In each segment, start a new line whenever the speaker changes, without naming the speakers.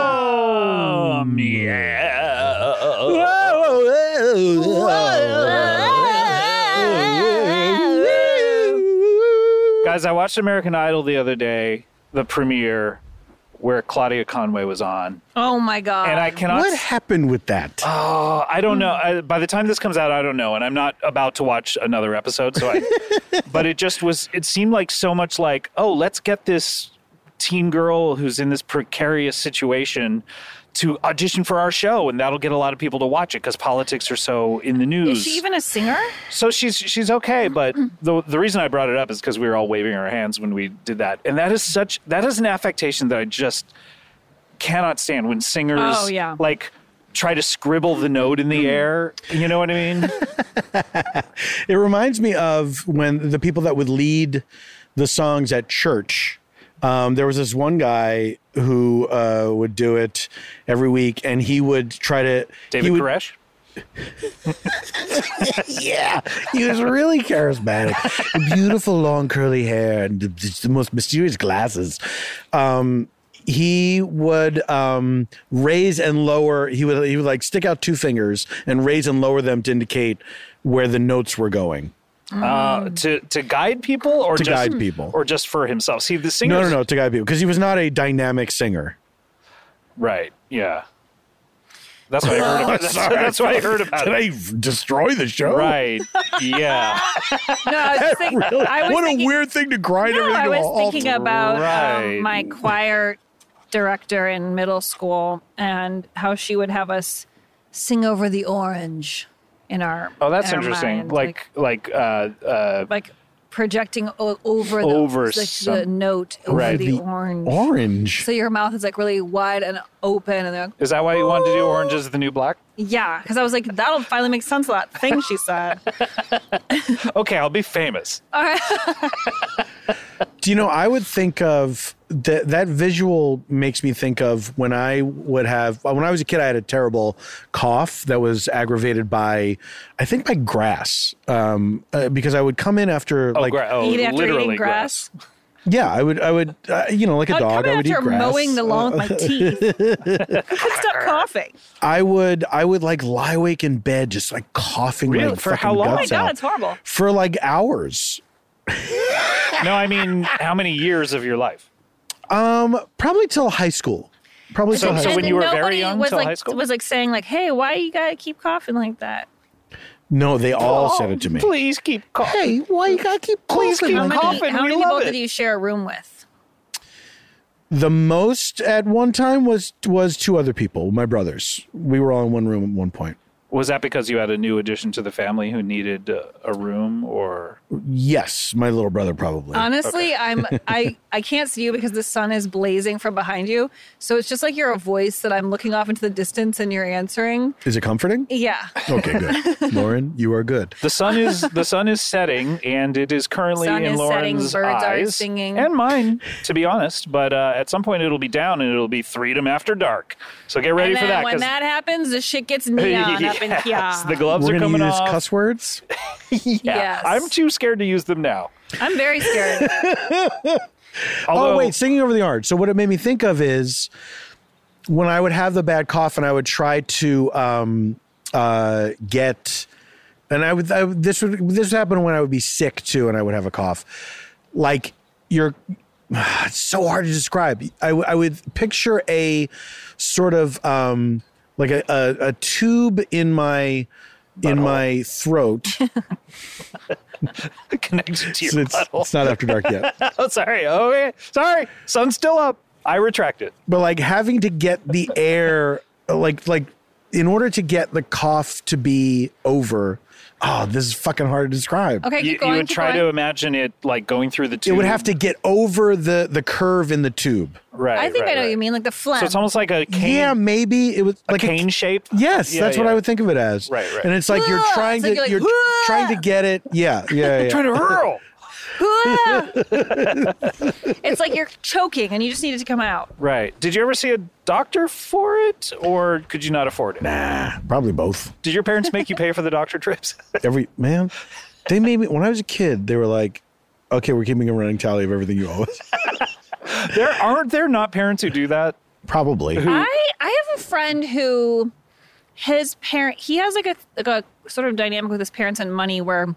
Freedom! Guys, I watched American Idol the other day, the premiere where Claudia Conway was on,
Oh my god.
and I cannot.
What happened with that?
Oh, I don't know. I, by the time this comes out, I don't know, and I'm not about to watch another episode. So, I, but it just was. It seemed like so much like, oh, let's get this teen girl who's in this precarious situation to audition for our show, and that'll get a lot of people to watch it because politics are so in the news.
Is she even a singer?
So she's she's okay, but the the reason I brought it up is because we were all waving our hands when we did that, and that is such that is an affectation that I just cannot stand when singers
Oh, yeah.
like try to scribble the note in
Mm.
the air. You know what I mean?
It reminds me of when the people that would lead the songs at church. Um, there was this one guy who uh, would do it every week, and he would try to.
David
he would,
Koresh.
Yeah, he was really charismatic. Beautiful long curly hair and the, the most mysterious glasses. Um, he would um, raise and lower. He would he would like stick out two fingers and raise and lower them to indicate where the notes were going.
Uh, to to guide people or
Mm. To
just,
guide people.
or just for himself. See the singers.
No, no, no, to guy people because he was not a dynamic singer.
Right. Yeah. That's what I heard about. That's, that's what I heard about.
Did
it.
I Oh. f- destroy the show?
Oh. Right. Yeah.
No, I was, think,
Really?
I was
what
thinking,
a weird thing to grind
No,
everything
I
to a
was
halt.
thinking about um,
Right.
my choir director in middle school and how she would have us sing over the orange in our
Oh, that's
in our
interesting.
mind,
like like uh, uh,
like projecting o- over the,
Over
like the
some-
note over
Right.
the,
The
orange.
Orange.
So your mouth is like really wide and open, and they're like,
Is that why you wanted to do Orange is the New Black?
yeah, because I was like, that'll finally make sense. of That thing she said.
Okay, I'll be famous.
All right.
Do you know? I would think of that. That visual makes me think of when I would have when I was a kid. I had a terrible cough that was aggravated by, I think, by grass. Um, uh, because I would come in after like
gra- oh,
Eat after eating grass.
yeah, I would I would uh, you know like a
I'd
dog.
come in
I would
after
eat grass.
mowing the lawn with my teeth. I could stop coughing.
I would I would like lie awake in bed just like coughing
Really?
my
For
fucking
how long?
Oh my
guts
god,
out.
it's horrible.
for like hours.
No, I mean, how many years of your life?
Probably till high school. Probably till high
so
school.
when you were very
nobody
young
was
till
like
high school?
was like saying like, "Hey, why you gotta keep coughing like that?"
no, they all said it to me.
Please keep calling.
Hey, why you gotta keep coughing?
How many,
like that?
coughing,
how
we
many
love
people
it.
did you share a room with?
The most at one time was was two other people, my brothers. We were all in one room at one point.
Was that because you had a new addition to the family who needed uh, a room or?
Yes, my little brother probably.
Honestly, I'm I I can't see you because the sun is blazing from behind you. So it's just like you're a voice that I'm looking off into the distance and you're answering.
Is it comforting?
Yeah.
Okay, good. Lauren, you are good.
The sun is the sun is setting, and it is currently
Sun
in
is setting,
Lauren's
birds are
eyes
singing.
and mine, to be honest. But uh, at some point, it'll be down, and it'll be freedom after dark. So get ready
and
for
then
that.
when
'cause-
that happens, the shit gets neon up in
Yes,
here.
the gloves
We're
are
gonna
coming
use
off.
cuss words.
Yeah.
Yes.
I'm too scared to use them now.
I'm very scared.
Although,
oh wait, singing over the orange. So what it made me think of is when I would have the bad cough and I would try to um, uh, get, and I would I, would- this would this would happen when I would be sick too, and I would have a cough. Like you're, it's so hard to describe. I w- I would picture a sort of um, like a, a a tube in my in my throat.
connected to your
it's,
butthole.
it's not after dark yet.
oh, sorry. Oh, yeah. sorry. Sun's still up. I retract it.
but like having to get the air like like in order to get the cough to be over oh this is fucking hard to describe
Okay,
You,
keep going.
you would
keep
try
going.
to imagine it like going through the
it
tube.
would have to get over the the curve in the tube
Right.
I think
right,
I know what
right.
you mean, like the phlegm.
So it's almost like a cane,
yeah maybe it was like a
cane shape.
yes
Yeah,
that's what
yeah.
i would think of it as
Right, right.
and it's like you're
It's
trying
like
to
you're like,
you're trying to get it yeah yeah, yeah.
Trying to hurl.
it's like you're choking and you just need it to come out.
Right. Did you ever see a doctor for it, or could you not afford it?
probably both
Did your parents make you pay for the doctor trips?
every man they made me when i was a kid they were like okay we're keeping a running tally of everything you owe us
there aren't there not parents who do that.
probably
I I have a friend who his parent he has like a like a sort of dynamic with his parents and money where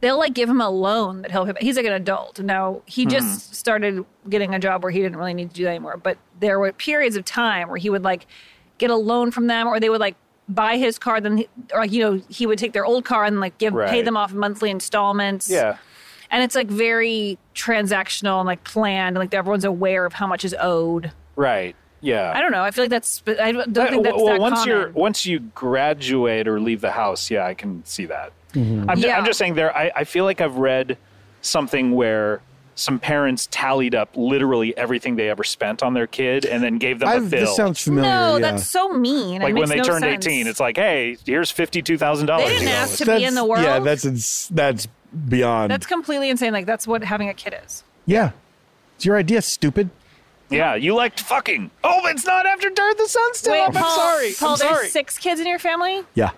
they'll like give him a loan that he'll pay. back. He's like an adult now.
Hmm.
He just started getting a job where he didn't really need to do that anymore. But there were periods of time where he would like get a loan from them, or they would like buy his car, then he- or like you know he would take their old car and like give pay
Right.
them off in monthly installments.
Yeah.
and it's like very transactional and like planned, and like everyone's aware of how much is owed.
Right. Yeah.
I don't know. I feel like that's. but I don't don't think that's
Uh, well,
that
once
common.
you're once you graduate or leave the house, yeah, I can see that.
Mm-hmm.
I'm, ju-
Yeah.
I'm just saying there. I, I feel like I've read something where some parents tallied up literally everything they ever spent on their kid and then gave them a
I've,
bill.
this sounds familiar
no,
yeah.
that's so mean. It
like when
makes
they
no
turned
sense.
18, it's like, hey, here's fifty two thousand dollars.
They didn't ask to be in the world.
Yeah, that's ins- that's beyond.
that's completely insane. Like that's what having a kid is.
yeah, it's your idea, stupid.
Yeah, you liked fucking. Oh, it's not after dark. The sun's still
Wait,
up.
Paul,
I'm sorry.
Paul,
I'm sorry.
there's six kids in your family.
Yeah,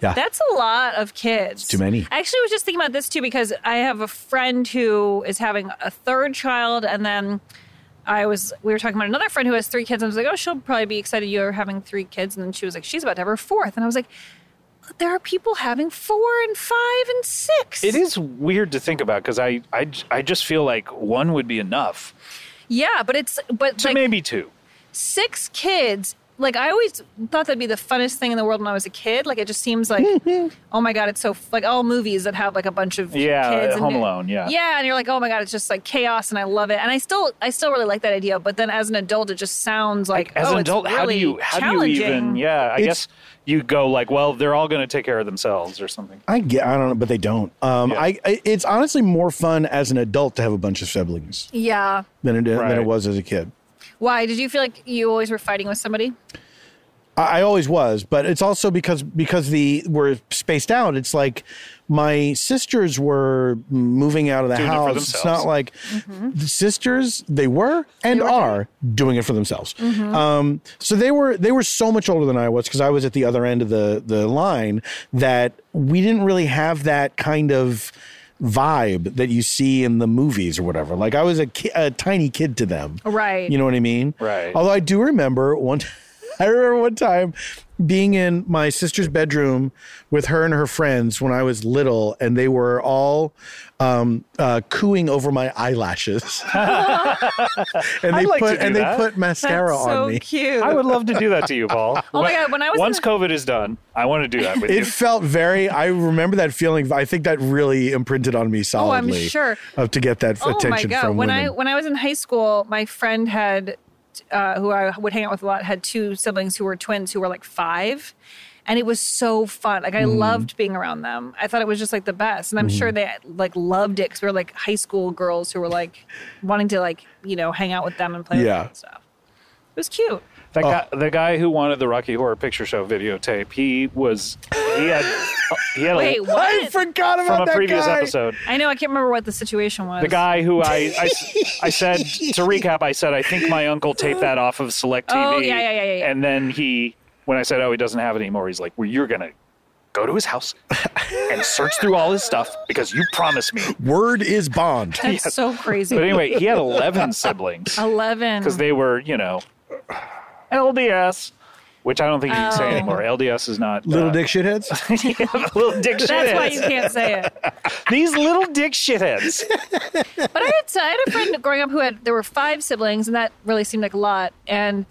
yeah.
That's a lot of kids.
too many.
I actually was just thinking about this too because I have a friend who is having a third child, and then I was we were talking about another friend who has three kids. And I was like, oh, she'll probably be excited you're having three kids, and then she was like, she's about to have her fourth, and I was like, there are people having four and five and six.
It is weird to think about because I, I, j- I just feel like one would be enough.
yeah, but it's but
So
like,
maybe two.
six kids like i always thought that'd be the funnest thing in the world when i was a kid like it just seems like oh my god it's so like all movies that have like a bunch of
Yeah,
kids
Home Alone, yeah.
yeah and you're like oh my god it's just like chaos and i love it and i still i still really like that idea but then as an adult it just sounds like
As
oh,
an
it's
adult, how do
really
you how do you
challenging.
even? Yeah, I guess you go like, well, they're all going to take care of themselves or something.
I get. I don't know, but they don't. Um,
Yeah.
I, I. It's honestly more fun as an adult to have a bunch of siblings
yeah
than it than
Right.
it was as a kid.
why did you feel like you always were fighting with somebody
I, I always was, but it's also because because the we're spaced out. It's like my sisters were moving out of the
Doing it for
house. It's
themselves.
not like the sisters Mm-hmm. they were and are doing it for themselves. Um, so they were they were so much older than I was because I was at the other end of the the line that we didn't really have that kind of vibe that you see in the movies or whatever. Like I was a, ki- a tiny kid to them.
Right.
You know what I mean?
Right.
Although I do remember one, I remember one time being in my sister's bedroom with her and her friends when I was little, and they were all um, uh, cooing over my eyelashes, and they
I'd like to
put
do
and
that.
they put mascara
That's
on
so
me.
cute
I would love to do that to you, Paul.
Oh my God, when I was in
once
the-
COVID is done, I want to do that with
It
you.
felt very. I remember that feeling. I think that really imprinted on me
Oh, I'm
solidly.
sure.
Of to get that
Oh my
attention
god!
from
when
women.
I when I was in high school, my friend had, uh, who I would hang out with a lot, had two siblings who were twins who were like five, and it was so fun. Like I
Mm.
loved being around them. I thought it was just like the best, and
Mm-hmm.
I'm sure they like loved it because we were like high school girls who were like wanting to like you know hang out with them and play with
Yeah.
them and stuff. It was cute.
That guy, the guy who wanted the Rocky Horror Picture Show videotape, he was he had he had
Wait,
a,
what?
I forgot about
from a
that
previous
guy.
episode.
I know I can't remember what the situation was.
The guy who I, I s- I said to recap, I said I think my uncle taped that off of Select TV.
Oh, yeah, yeah, yeah, yeah, yeah.
And then he, when I said, oh, he doesn't have it anymore, he's like, well, you're gonna go to his house and search through all his stuff because you promised me.
Word is bond.
That's so crazy.
But anyway, he had 11 siblings
Oh. Eleven.
because they were, you know, LDS, which I don't think you can
Oh.
say anymore. LDS is not.
Little
uh,
dick shitheads.
little dick
That's why
shitheads.
you can't say it.
These little dick shitheads.
But I had, I had a friend growing up who had there were five siblings, and that really seemed like a lot. And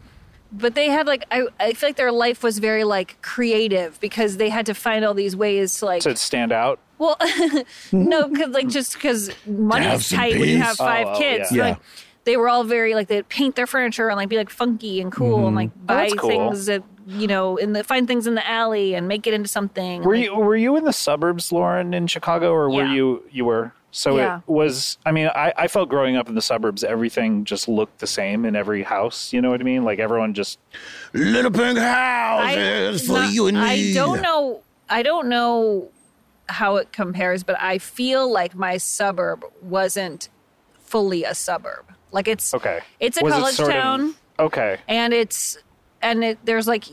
but they had like I, I feel like their life was very like creative because they had to find all these ways to like
to stand out.
well no because like just because money
Have
is
some
tight when you
peace.
have five
oh,
kids.
yeah.
So,
Yeah.
Like, they were all very like they'd paint their furniture and like be like funky and cool
Mm-hmm.
and like buy
that's cool.
things that you know and the, find things in the alley and make it into something.
Were
Like,
you were you in the suburbs, Lauren, in Chicago, or were
Yeah.
you you were? So
Yeah.
it was. I mean, I, I felt growing up in the suburbs, everything just looked the same in every house. You know what I mean? Like everyone just
Little pink
I-
houses for
not-
you and me.
I don't know. I don't know how it compares, but I feel like my suburb wasn't fully a suburb. Like it's
okay.
It's a
Was it
college
sort of-
town,
okay,
and it's and it, there's like,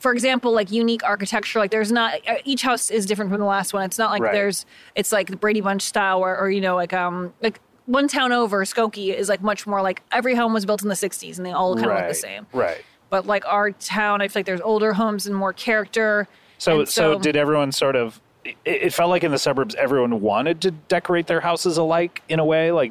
for example, like unique architecture. Like there's not uh, each house is different from the last one. It's not like
Right.
there's it's like the Brady Bunch style, or, or you know, like um like. One town over, Skokie is like much more like every home was built in the 60s and they all kind of
right,
look the same
right.
but like our town, I feel like there's older homes and more character.
So,
And
so did everyone sort of? It, it felt like in the suburbs, everyone wanted to decorate their houses alike in a way, like.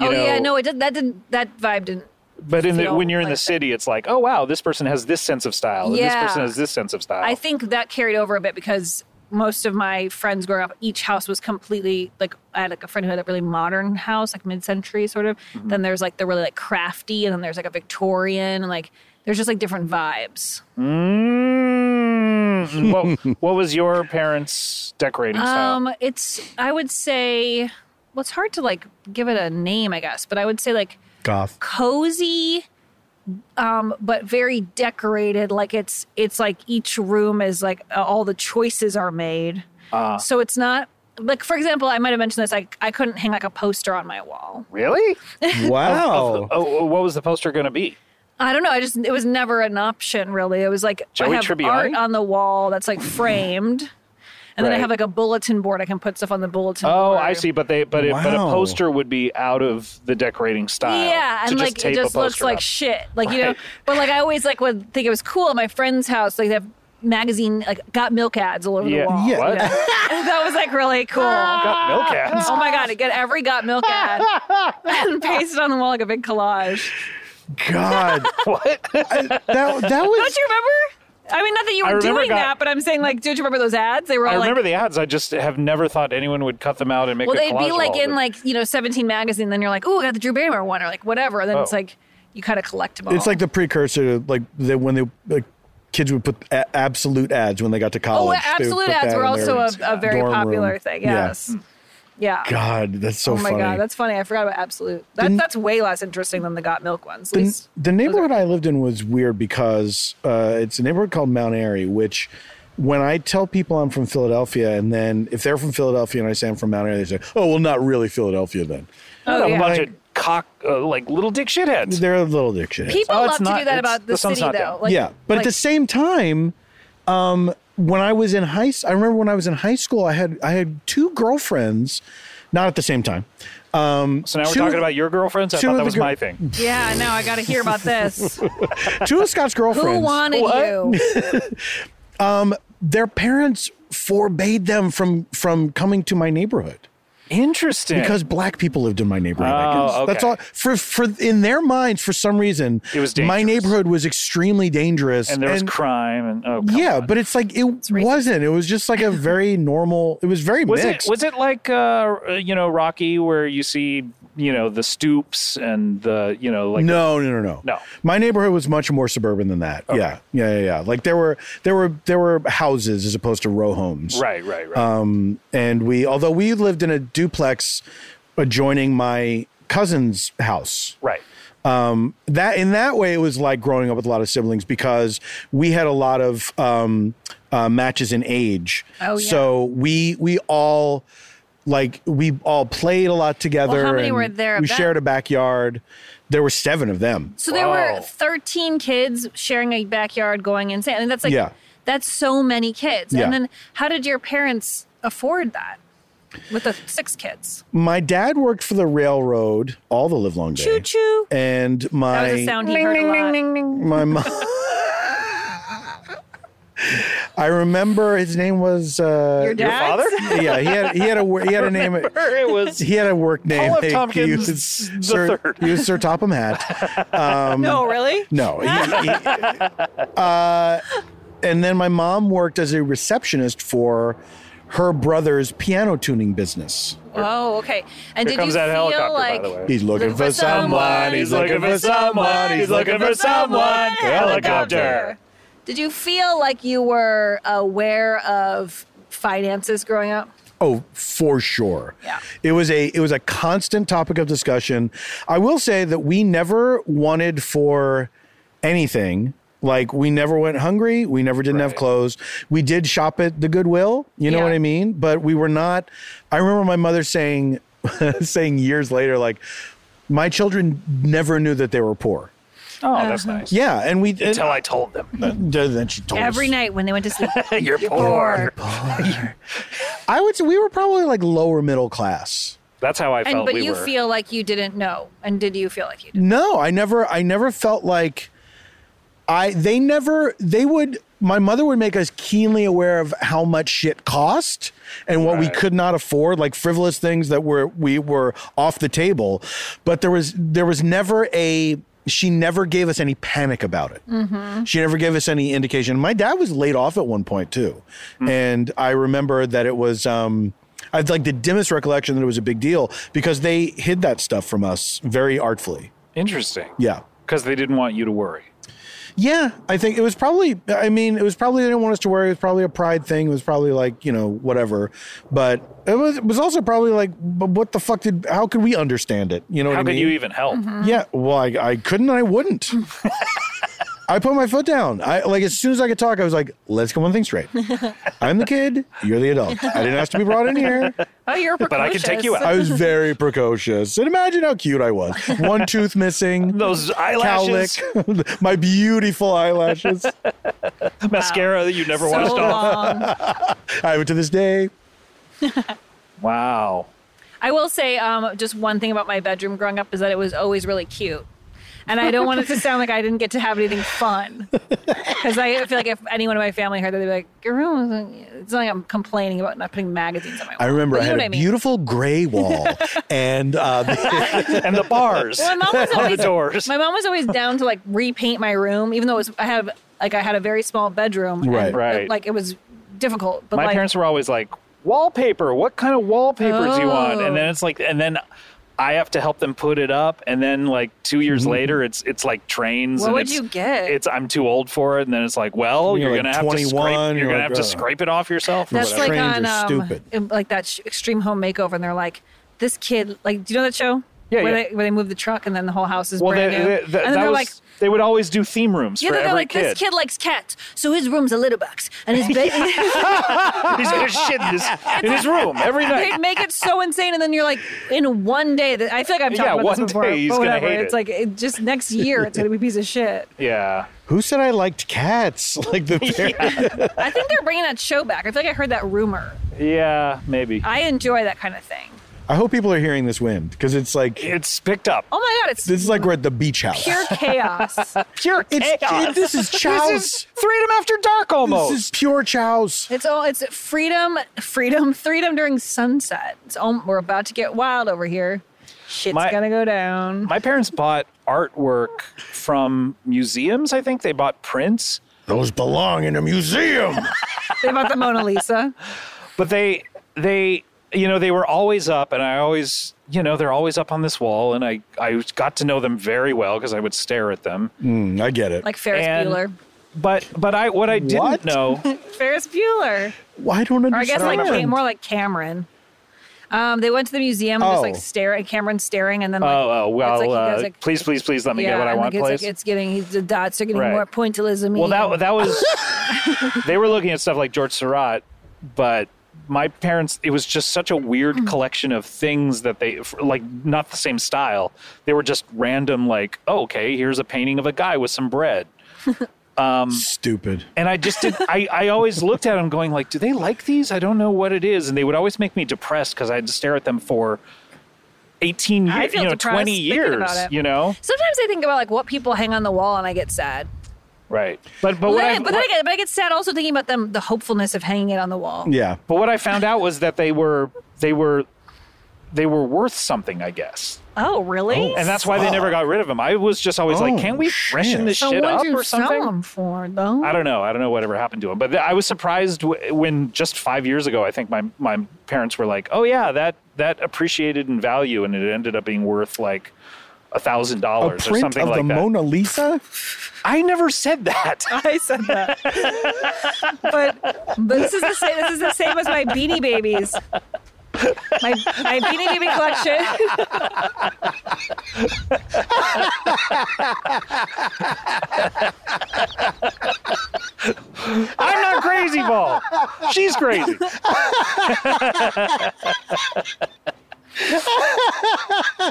You
oh
know,
yeah, no, it did. That didn't. That vibe didn't.
But in the,
feel
when you're in
like
the
that.
city, it's like, oh wow, this person has this sense of style, and this
Yeah.
person has this sense of style.
I think that carried over a bit because most of my friends growing up, each house was completely like. I had like a friend who had a really modern house, like mid-century sort of.
Mm-hmm.
Then there's like the really like crafty, and then there's like a Victorian, and like there's just like different vibes.
Mm. what, what was your parents' decorating style?
Um, it's I would say. Well, it's hard to like give it a name, I guess, but I would say like
Goth.
cozy um but very decorated like it's it's like each room is like uh, all the choices are made
Ah.
so it's not like for example i might have mentioned this i, I couldn't hang like a poster on my wall
Really?
Wow.
Oh, oh, what was the poster going to be?
i don't know i just it was never an option really it was like
Joey
i have
Tribbiani?
art on the wall that's like framed and then i
Right.
have like a bulletin board i can put stuff on the bulletin
Oh,
board
I see. But they, but it, but a
Wow.
poster would be out of the decorating style.
Yeah,
to
and
just
like
tape
it
a
just looks
poster
like
up.
shit. Like you know,
Right.
but like I always like would think it was cool at my friend's house. Like they have magazine like got milk ads all over
Yeah.
the wall.
Yeah.
you
What?
know? that was like really cool.
Got milk ads.
Oh my god! I get every got milk ad and paste it on the wall like a big collage.
God.
What?
That that
Don't
was
you remember? I mean, not that you
I
were
remember
doing
got-
that, but I'm saying like, don't you remember those ads? They were
I
all
remember
like,
the ads. I just have never thought anyone would cut them out and make.
well,
a
they'd
collage
be
of
like
all of
in
it.
like you know 17 magazine. Then you're like, oh, I got the Drew Barrymore one, or like whatever. And then it's
Oh.
like you kind of collect them all.
it's like the precursor to like the, when they like kids would put a- absolute ads when they got to
Oh,
college. They would
absolute
put
ads
that
were
in
also a,
their
a very
dorm room.
popular thing.
Yeah.
Yes. Yeah.
God, that's so
oh my
funny.
god, that's funny. I forgot about absolute. That, that's way less interesting than the got milk ones. At least
The neighborhood I lived in was weird because uh, it's a neighborhood called Mount Airy, which when I tell people I'm from Philadelphia, and then if they're from Philadelphia and I say I'm from Mount Airy, they say, "Oh, well, not really Philadelphia then."
Not
Oh,
a
yeah.
bunch of cock, uh, like little dick shitheads.
They're a little dictionary.
people
Oh, it's
love to
not-
do
it's-
that about the,
the sun's
city,
not
though.
down.
Like,
yeah, but
like,
at the same time, um, when I was in high, s- I remember when I was in high school, I had I had two girlfriends, not at the same time.
So now we're
two-
talking about your girlfriends. I
two
thought
of
that
the
was
girl-
my thing.
yeah, no, I got to hear about this.
Two of Scott's girlfriends.
Who wanted you?
Their parents forbade them from from coming to my neighborhood.
Interesting.
because black people lived in my neighborhood.
Oh,
I guess. That's
okay.
all. For for in their minds, for some reason,
It was
my
dangerous.
neighborhood was extremely dangerous,
and there was crime and oh come
yeah,
on.
but it's like it wasn't. It was just like a very normal. It was very
was
mixed.
it was it like uh you know Rocky where you see you know the stoops and the you know like
no, no, no, no,
No.
My neighborhood was much more suburban than that. Yeah, yeah, yeah, yeah. Like there were there were there were houses as opposed to row homes.
right right right
Um, and we although we lived in a duplex adjoining my cousin's house.
right
um, that in that way it was like growing up with a lot of siblings because we had a lot of um, uh, matches in age.
Oh, yeah.
So we we all like we all played a lot together.
Well, how many
and
were there of
We
that?
shared a backyard. There were seven of them.
So there
Wow.
were 13 kids sharing a backyard going insane. I mean, that's like
Yeah.
That's so many kids.
Yeah.
And then how did your parents afford that with the six kids?
My dad worked for the railroad all the live long day.
Choo choo.
And my
That was a sound he heard a lot.
my mom. I remember his name was uh,
Your father?
Yeah, he had he had a wor- he had a name.
it was
He had a work name.
Paul F.
He-
Tompkins
he was
the
Sir,
third.
He was Sir Topham Hatt. Um,
No, really?
no. he- he- uh, and then my mom worked as a receptionist for her brother's piano tuning business.
Oh, okay. And
Here
did you
comes that
feel
helicopter,
like
by the way.
He's looking, for, someone.
He's looking for someone. He's looking for someone. Helicopter.
Did you feel like you were aware of finances growing up?
Oh, for sure.
Yeah.
It was a it was a constant topic of discussion. I will say that we never wanted for anything. Like we never went hungry. We never didn't have clothes. We did shop at the Goodwill. You know
Yeah.
what I mean? But we were not. I remember my mother saying saying years later, like, my children never knew that they were poor.
Oh, that's
Uh-huh.
nice.
Yeah, and we
Until I told them.
and then she told
Every
us.
night when they went to sleep.
You're poor.
I would say we were probably like lower middle class.
That's how I felt.
and but
we
you
were.
feel like you didn't know. And did you feel like you did?
No, I never I never felt like I they never they would my mother would make us keenly aware of how much shit cost and what we
Right.
could not afford, like frivolous things that were we were off the table. But there was there was never a she never gave us any panic about it. She never gave us any indication. My dad was laid off at one point too, and I remember that it was. Um, I have like the dimmest recollection that it was a big deal because they hid that stuff from us very artfully.
Interesting.
Yeah.
Because they didn't want you to worry.
Yeah, I think it was probably. I mean, it was probably they didn't want us to worry. It was probably a pride thing. It was probably like you know whatever, but it was it was also probably like, but what the fuck did? How could we understand it? You know what
How
I mean? Mm-hmm.
could you even help?
Mm-hmm.
Yeah, well, I, I couldn't. and I wouldn't. I put my foot down. I like as soon as I could talk, I was like, "Let's get one thing straight. I'm the kid. You're the adult. I didn't ask to be brought in here.
Oh, you're precocious.
But I can take you out.
I was very precocious. And imagine how cute I was. One tooth missing.
Those eyelashes,
Cowlick, my beautiful eyelashes.
mascara that you never washed
So
off.
long.
I would to this day.
Wow.
I will say um, just one thing about my bedroom growing up is that it was always really cute. And I don't want it to sound like I didn't get to have anything fun. Because I feel like if anyone in my family heard that, they'd be like, your room isn't, it's not like I'm complaining about not putting magazines on my wall.
I remember
But
I
you
had
know what
a
I mean.
beautiful gray wall, and uh,
And the bars.
Well, my mom was always
doors.
My mom was always down to like repaint my room, even though it was I have like I had a very small bedroom. and,
Right.
Right.
Like it was difficult, but
my
like
parents were always like wallpaper what kind of wallpaper do you want and then it's like and then i have to help them put it up and then like two years
Mm-hmm.
later it's it's like trains
What
and
would
it's,
you get?
it's i'm too old for it and then it's like well
You're
you're, gonna
like
have to
21,
scrape you're,
you're
gonna
like,
have to
"Ugh."
scrape it off yourself or
that's
whatever.
like
Trains
on
are
um,
stupid.
in- like that sh- Extreme Home Makeover, and they're like this kid. Like, do you know that show?
Yeah,
where,
yeah.
They, where they move the truck and then the whole house is
well they,
brand new.
they,
and then
that
they're
was,
like,
they would always do theme rooms
yeah,
for
they're
every
like, this kid likes cats, so his room's a litter box, and his bed.
he's gonna shit in his, in his room every
They
night
make it so insane, and then you're like, in one day, that I feel like I've talked
Yeah,
about
one
this before.
day he's
but
gonna
whatever.
hate
it's
it.
like it, just next year, it's gonna be a piece of shit.
yeah
who said I liked cats? Like the
I think they're bringing that show back. I feel like I heard that rumor.
yeah maybe
I enjoy that kind of thing.
I hope people are hearing this wind because it's like
it's picked up
Oh my god, it's
this is like we're at the beach house.
pure chaos.
pure
It's-
chaos.
it- this is
this
Oh,
Chow's-
is freedom after dark almost
This is pure chows.
It's all it's freedom, freedom, freedom during sunset. It's all, we're about to get wild over here. Shit's
My-
gonna go down.
My parents bought artwork from museums. I think they bought prints,
Those belong in a museum.
they bought the Mona Lisa.
but they they you know they were always up, and I always you know they're always up on this wall, and I I got to know them very well because I would stare at them.
Mm, I get it.
Like Ferris
And-
Bueller.
But but I what I didn't
What?
know oh,
Ferris Bueller.
Well, I don't
Or I
understand.
guess like Cam- more like Cameron. Um, they went to the museum and just like
Oh.
staring, Cameron staring, and then like,
oh oh well
it's like he
uh,
goes, like-
please please please let me get what I
and,
want
like,
please.
it's, like, it's getting the dots are getting
Right.
more pointillism.
Well, that that was they were looking at stuff like George Surratt, but my parents it was just such a
Hmm.
weird collection of things that they like not the same style. They were just random like, oh, okay, here's a painting of a guy with some bread.
Stupid.
And I just did. I, I always looked at them going like, do they like these? I don't know what it is. And they would always make me depressed because I had to stare at them for 18
I
years,
feel
you know,
depressed
20
thinking about
years,
it.
you know?
Sometimes I think about like what people hang on the wall, and I get sad.
Right. But, but,
But,
what
then, I,
I,
but, then I get, but I get sad also thinking about them, the hopefulness of hanging it on the wall.
Yeah.
but what I found out was that they were, they were, they were worth something, I guess.
Oh, really?
And that's why they never got rid of him. I was just always like,
Oh,
can we freshen this
so
shit
what
up
did you
or something?
sell them for, though?
I don't know. I don't know whatever happened to him. But th- I was surprised w- when just five years ago, I think my my parents were like, "Oh yeah, that that appreciated in value, and it ended up being worth like a thousand
A
dollars or
print
something
of
like
the
that."
Mona Lisa?
I never said that.
I said that. but but this is the same. This is the same as my Beanie Babies. My my Beanie Baby collection.
I'm not crazy, ball. She's crazy.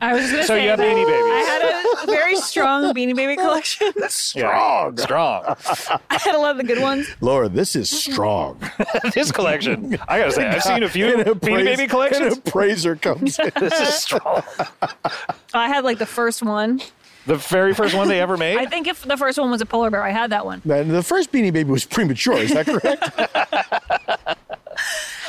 I was just gonna
So
say
you have
that
Beanie
I
Babies.
had a very strong Beanie Baby collection.
Strong, strong.
I had a lot of the good ones.
Laura, this is
Mm-hmm.
strong.
This collection, I gotta say, I've seen a few
An
Beanie
appraise-
Baby collections.
An appraiser comes in.
This is strong.
I had like the first one.
The very first one they ever
I
made.
think if the first one was a polar bear, I had that one.
Now, the first Beanie Baby was premature. Is that correct?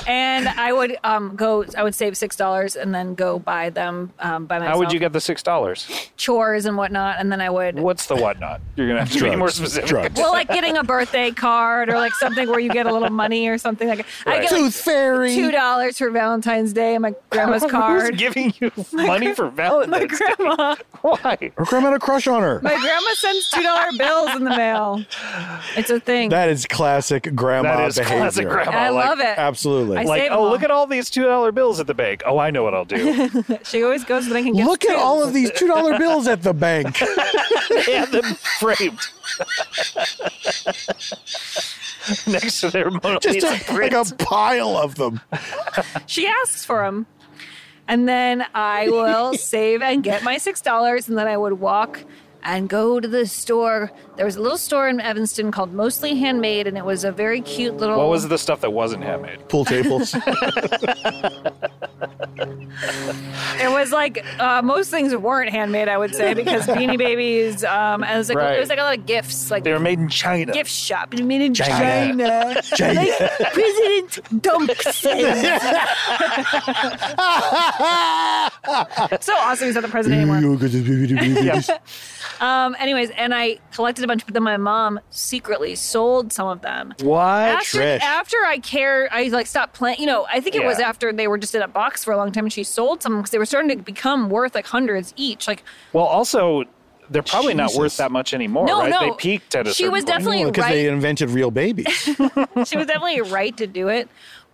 And I would um go. I would save six dollars and then go buy them um, by myself.
How would you get the six dollars?
chores and whatnot? And then I would.
What's the whatnot? You're gonna have to be
Drugs.
more specific.
Drugs.
Well, like getting a birthday card or like something where you get a little money or something like. I
Right.
get like,
Tooth Fairy.
two dollars for Valentine's Day and my grandma's
Who's
card.
giving you money for Valentine's
my grandma,
Why?
Her grandma had a crush on her.
my grandma sends two dollar bills in the mail. It's a thing.
That is classic grandma
That is
behavior.
classic grandma.
I
like-
love it.
Absolutely.
I
Like,
Save 'em
oh,
all.
look at all these two dollar bills at the bank. Oh, I know what I'll do.
She always goes to the bank and gets
Look at
two.
all of these $2 bills at the bank.
and then framed next to their Mona
Just
Lisa
a, like a pile of them.
She asks for them, and then I will save and get my six dollars, and then I would walk. And go to the store. There was a little store in Evanston called Mostly Handmade, and it was a very cute little.
What was the stuff that wasn't handmade?
Pool tables.
It was like uh, most things weren't handmade, I would say, because Beanie Babies. Um, and it was like
Right.
it was like a lot of gifts, like
They were made in China.
gift shop. I mean, in
China.
China. Like President Dump said. It's so awesome he's not the president anymore. Um, anyways, and I collected a bunch, but then my mom secretly sold some of them.
What?
After,
Trish.
after I care, I like stopped playing. You know, I think it was
Yeah.
after they were just in a box for a long time, and she sold some because they were starting to become worth like hundreds each. Like
Well, also, they're probably not
Jesus.
worth that much anymore,
No,
right?
no.
They peaked at a
She
certain
was
point.
definitely
Because
right.
they invented real babies.
she was definitely right to do it,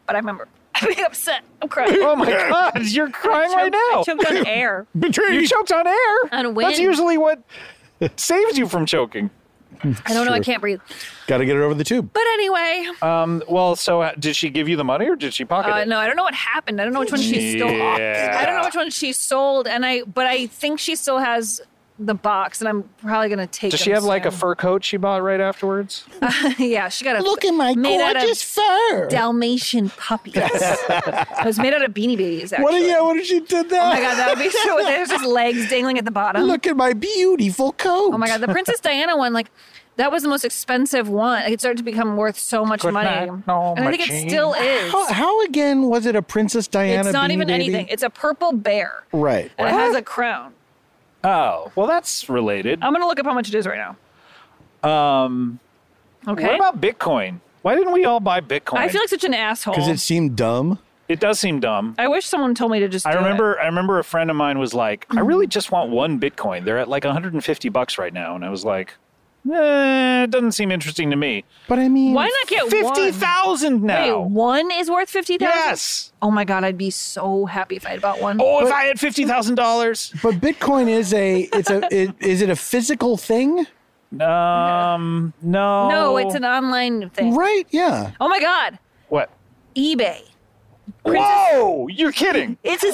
but I remember I'm being upset. I'm crying.
Oh my God! You're crying
I
right
choked- I
now.
choked on air.
You choked on air.
On
That's
wind.
usually what saves you from choking.
I don't know. I can't breathe.
Got to get it over the tube.
But anyway,
Um, well, so uh, did she give you the money or did she pocket
uh,
it?
no, I don't know what happened. I don't know which one she stole.
Yeah.
I don't know which one she sold, and I but I think she still has the box, and I'm probably gonna take.
Does
them
she have like a
soon.
fur coat she bought right afterwards?
yeah, she got a
Look at my
made out of
gorgeous fur.
Dalmatian puppies. it was made out of beanie babies. Actually.
What do you? What if she did that?
Oh my god, that would be so. There's just legs dangling at the bottom.
Look at my beautiful coat.
Oh my god, the Princess Diana one, like that was the most expensive one. Like, It started to become worth so much
Good
money,
night, no
and I think
machine.
it still is.
How, how again was it a Princess Diana?
It's not
Beanie
even
Baby?
anything. It's a purple bear,
Right.
and it has a crown.
Oh, well, that's related.
I'm gonna look up how much it is right now.
Um,
Okay.
What about Bitcoin? Why didn't we all buy Bitcoin?
I feel like such an asshole.
Because it seemed dumb.
it does seem dumb.
I wish someone told me to just.
I
do it.
remember, I remember a friend of mine was like,
Mm-hmm.
"I really just want one Bitcoin. They're at like 150 bucks right now," and I was like, eh, "It doesn't seem interesting to me."
But I mean,
Why not get
Fifty
one?
thousand
Wait,
now.
one is worth fifty thousand.
yes.
Oh my god, I'd be so happy if I had bought one.
Oh, if I had fifty thousand dollars,
But Bitcoin is a. It's a. it, is it a physical thing?
um, no,
No, it's an online thing.
Right. Yeah.
Oh my god,
what?
eBay.
Whoa! You're kidding.
It's a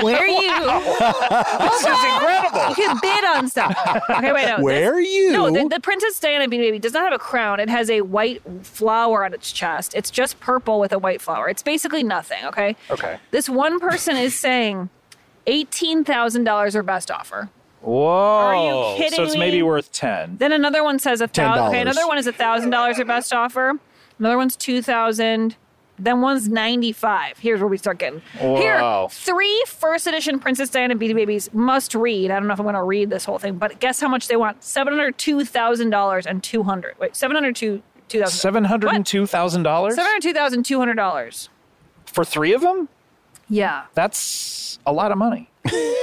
Where you? this is incredible. You can bid on stuff. Okay, wait, no.
Where
this-
you-
No, the, the Princess Diana Beanie Baby does not have a crown. It has a white flower on its chest. It's just purple with a white flower. It's basically nothing. Okay.
Okay.
This one person is saying eighteen thousand dollars or best offer.
Whoa.
Are you kidding
so it's maybe
me?
worth 10.
Then another one says a thousand.
$10.
Okay, another one is a thousand dollars or best offer. Another one's two thousand. Then one's ninety five. Here's where we start getting
Wow.
here three first edition Princess Diana Beauty Babies must read. I don't know if I'm going to read this whole thing, but guess how much they want? Seven hundred two thousand dollars and two hundred. Wait, seven hundred two two thousand. Seven
$702,000
hundred two thousand two hundred dollars.
for three of them?
Yeah,
That's a lot of money.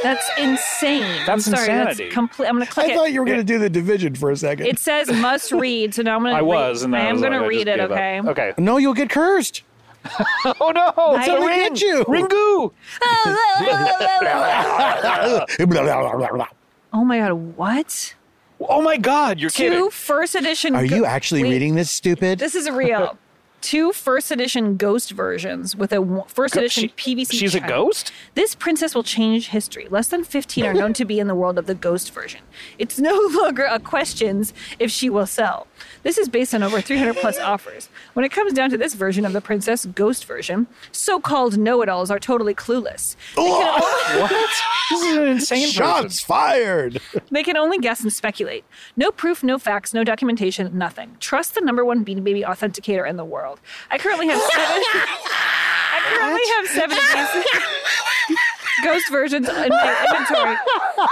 that's insane. I'm
That's
sorry,
insanity.
That's complete. I'm going to click
I
it.
thought you were going to do the division for a second.
it says must read, so now I'm going to.
I was,
Read.
and then
I am
was
going
like,
to
I
read
just
it.
gave up.
Okay.
Okay.
no, you'll get cursed.
Oh no! It's
I-
a
Look
ring.
at you.
Ringu.
Oh my god! What?
Oh my God! You're
Two
kidding.
first edition.
Are
go-
you actually
Wait,
reading this, stupid?
This is real. Two first edition ghost versions with a w- first edition
She-
PVC.
She's a
china.
ghost.
This princess will change history. Less than 15 are known to be in the world of the ghost version. It's no longer a questions if she will sell. This is based on over 300 plus offers. When it comes down to this version of the princess ghost version, so-called know-it-alls are totally clueless.
What? This is an insane
Shots fired.
They can only guess and speculate. No proof, no facts, no documentation, nothing. Trust the number one Beanie Baby authenticator in the world. I currently have seven. I currently have seven of these ghost versions in my inventory,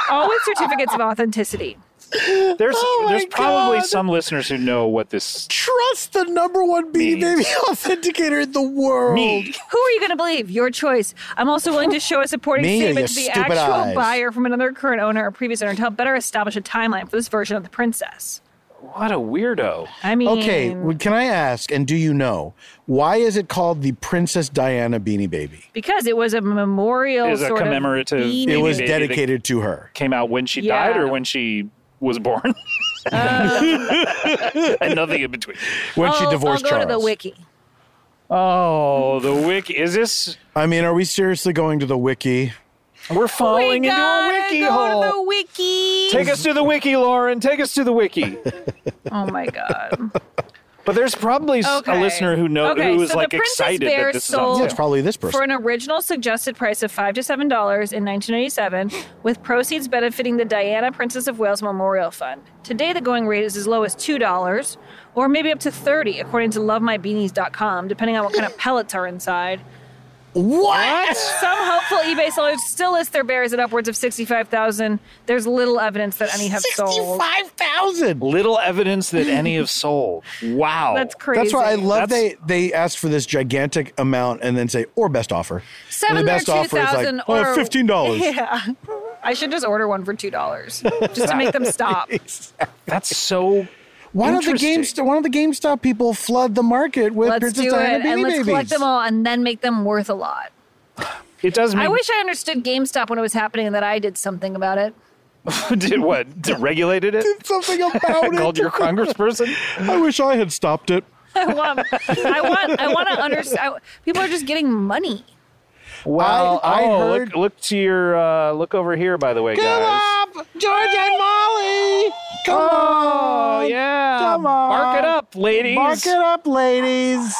all with certificates of authenticity.
person. There's
Oh,
there's probably
God.
some listeners who know what this
Trust the number one Beanie Baby authenticator in the world.
me.
Who are you going to believe? Your choice. I'm also willing to show a supporting
Me or
statement
your
to the
stupid
actual
eyes?
buyer from another current owner or previous owner to help better establish a timeline for this version of the princess.
What a weirdo.
I mean,
Okay, well, can I ask, and do you know, why is it called the Princess Diana Beanie Baby?
because it was a memorial,
It was a
sort of
commemorative-
Beanie
It
Beanie
was
Baby.
dedicated to her.
Came out when she
Yeah.
died or when she was born.
Uh.
and nothing in between.
When she
Oh, I'll-
divorced
I'll go
Charles.
to the wiki.
Oh, the wiki. Is this?
I mean, are we seriously going to the wiki?
We're
Oh,
falling into a
gotta
wiki
go
hole.
to the wiki.
Take us to the wiki, Lauren. Take us to the wiki.
oh my god.
But there's probably s-
Okay.
a listener who knows
Okay,
who is
so the
like
Princess
excited
Bear
that this is on
sold-
Yeah,
sale.
it's probably this person.
For an original suggested price of five to seven dollars in 1997, with proceeds benefiting the Diana Princess of Wales Memorial Fund. Today, the going rate is as low as two dollars, or maybe up to thirty, according to LoveMyBeanies.com, depending on what kind of pellets are inside.
what?
Some hopeful eBay sellers still list their bears at upwards of sixty-five thousand. There's little evidence that any have sold.
65,000.
Little evidence that any have sold. Wow.
That's crazy.
That's why I love
That's-
they they asked for this gigantic amount and then say or best offer. And the
Seven
best
or two
offer is
thousand
like oh,
or
$15.
Yeah, I should just order one for two dollars just to make them stop.
That's so.
Why don't the
Interesting.
GameStop why don't the GameStop people flood the market with
Let's
Princess
do
Diana
it
Beanie
and let's
Babies?
collect them all and then make them worth a lot.
It does make.
I wish I understood GameStop when it was happening and that I did something about it.
did what? Did- regulated it?
Something about
Called
it.
your congressperson?
I wish I had stopped it.
I want, I want, I want to understand. People are just getting money.
Well,
I
oh,
heard-
look, look to your uh, look over here, by the way, guys.
George and Molly. Come
Oh
on.
yeah,
Come on.
bark it up, ladies.
Mark it up, ladies.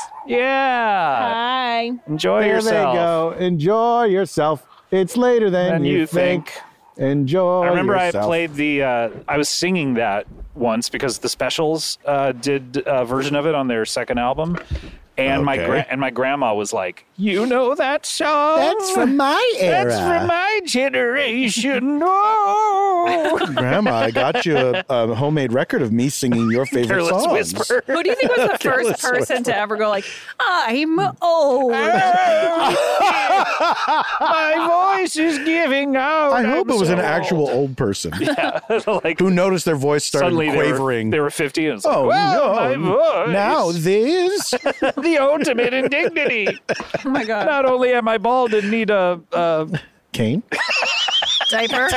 Yeah,
Hi.
enjoy
There
yourself.
they go. Enjoy yourself. It's later than
And
you,
you think.
Enjoy.
I remember
yourself.
I played the. Uh, I was singing that once because the Specials uh, did a version of it on their second album, and my
Okay.
gra- and my grandma was like, "You know that song?
That's from my era.
That's from my generation." No,
Grandma, I got you a, a homemade record of me singing your favorite
Careless
songs.
Whisper.
Who do you think was the first person to ever go like, I'm old? Oh
My voice is giving out.
I hope
I'm
it was
so
an actual
old.
old person
like
who noticed their voice started
suddenly they were-
quavering.
They were, 50 and it's like,
oh
well,
no!
my voice.
Now this.
the ultimate indignity.
Oh my God.
Not only am I bald and need a uh,
Kane.
Diaper?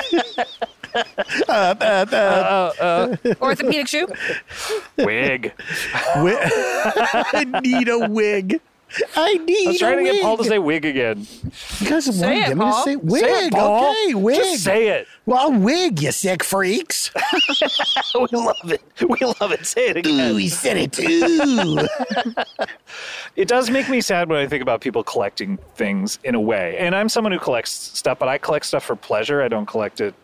Uh,
Uh, Orthopedic shoe?
wig.
I need a wig. I need.
I was trying
a
to get Paul to
wig.
say wig again.
You guys want
it,
me to
Paul.
say wig?
Say it, Paul.
Okay, wig.
Just say it.
Well, wig, you sick freaks.
We love it. We love it. Say it again.
Ooh, he said it too.
It does make me sad when I think about people collecting things in a way. And I'm someone who collects stuff, but I collect stuff for pleasure. I don't collect it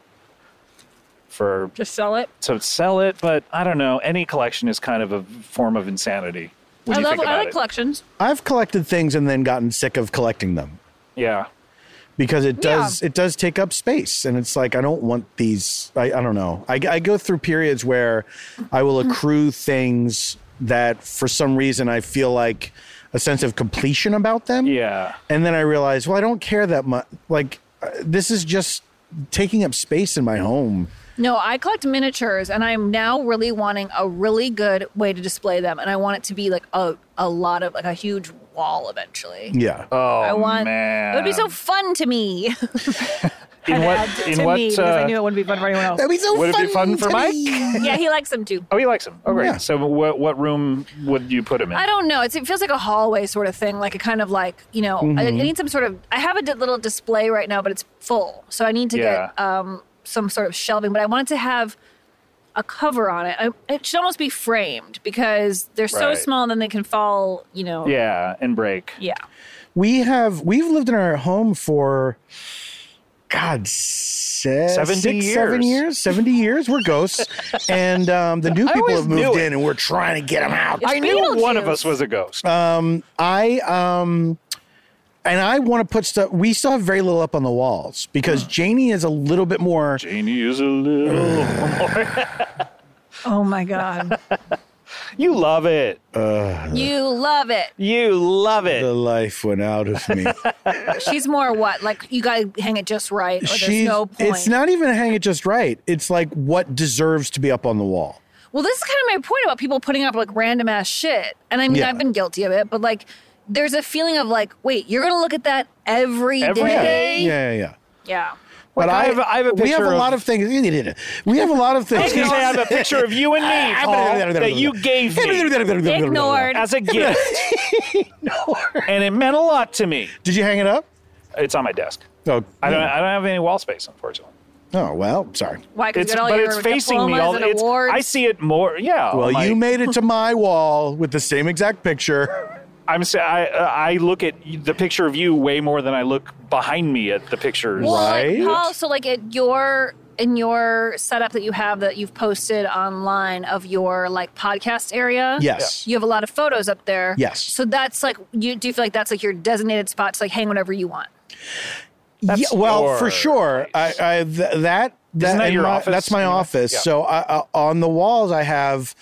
for
Just sell it.
to sell it. But I don't know. Any collection is kind of a form of insanity. When
I
you
love.
think
I
about
like
it.
collections.
I've collected things and then gotten sick of collecting them
Yeah.
because it does it does take up space and it's like I don't want these. I, I don't know. I, I go through periods where I
Mm-hmm.
will accrue things that for some reason I feel like a sense of completion about them.
Yeah.
And then I realized, well, I don't care that much. Like, uh, this is just taking up space in my home.
No, I collect miniatures, and I'm now really wanting a really good way to display them, and I want it to be like a a lot of like a huge wall eventually.
Yeah.
Oh
I want.
man.
It would be so fun to me.
In what?
to
In
me,
what?
because I
uh,
knew it wouldn't be fun for anyone else.
That'd be so
would it
fun
be fun for
to
Mike?
me.
yeah, he likes them too.
oh, he likes him. Oh, great.
Yeah.
So, what what room would you put him in?
I don't know. It's, it feels like a hallway sort of thing, like a kind of like you know. I, I need some sort of. I have a d- little display right now, but it's full, so I need to get um, some sort of shelving. But I want it to have a cover on it. I, it should almost be framed because they're so
Right.
small, and then they can fall. You know.
Yeah, and break.
Yeah.
We have we've lived in our home for God se-
70
six,
years.
seven years, seventy years. We're ghosts, and um, the new people
always
have moved
knew it.
in, and we're trying to get them out.
I knew one of
Beetlejuice.
us was a ghost.
Uh, I um and I want to put stuff. We still have very little up on the walls because Janie is a little bit more.
Janie is a little.
Oh my god.
you love it.
you love it.
You love it.
The life went out of me.
She's more what? Like you gotta hang it just right, or there's
She's.
no point.
It's not even hang it just right. It's like what deserves to be up on the wall.
Well, this is kind of my point about people putting up like random ass shit. And I mean,
Yeah.
I've been guilty of it, but like, there's a feeling of like, wait, you're gonna look at that every day.
Every
Yeah,
day?
yeah, yeah.
Yeah.
But
Like,
I,
I have- I have a
we have
picture
a
of-
lot of things. We have a lot of
I
things. Ah,
was going to say I have a picture of you and me, Paul, that you gave me
Ignored.
as a gift. and it meant a lot to me.
Did you hang it up?
It's on my desk.
Oh,
I
Hmm.
don't, I don't have any wall space, unfortunately.
Oh well, sorry.
Why? Because
It's,
you got all
but
your
it's facing me.
diplomas
All,
and
it's,
awards.
I see it more. Yeah.
Well,
Oh, my-
you made it to my wall with the same exact picture.
I'm saying I, uh, I look at the picture of you way more than I look behind me at the pictures.
Well, like,
Right?
Paul, so like at your in your setup that you have that you've posted online of your like podcast area.
Yes.
You have a lot of photos up there.
Yes.
So that's like you do you feel like that's like your designated spot to like hang whenever you want.
Yeah, well,
your
for sure. I, I th- that that,
that
and
your
my-
office?
That's my
Yeah.
office.
Yeah.
So I, I, on the walls, I have,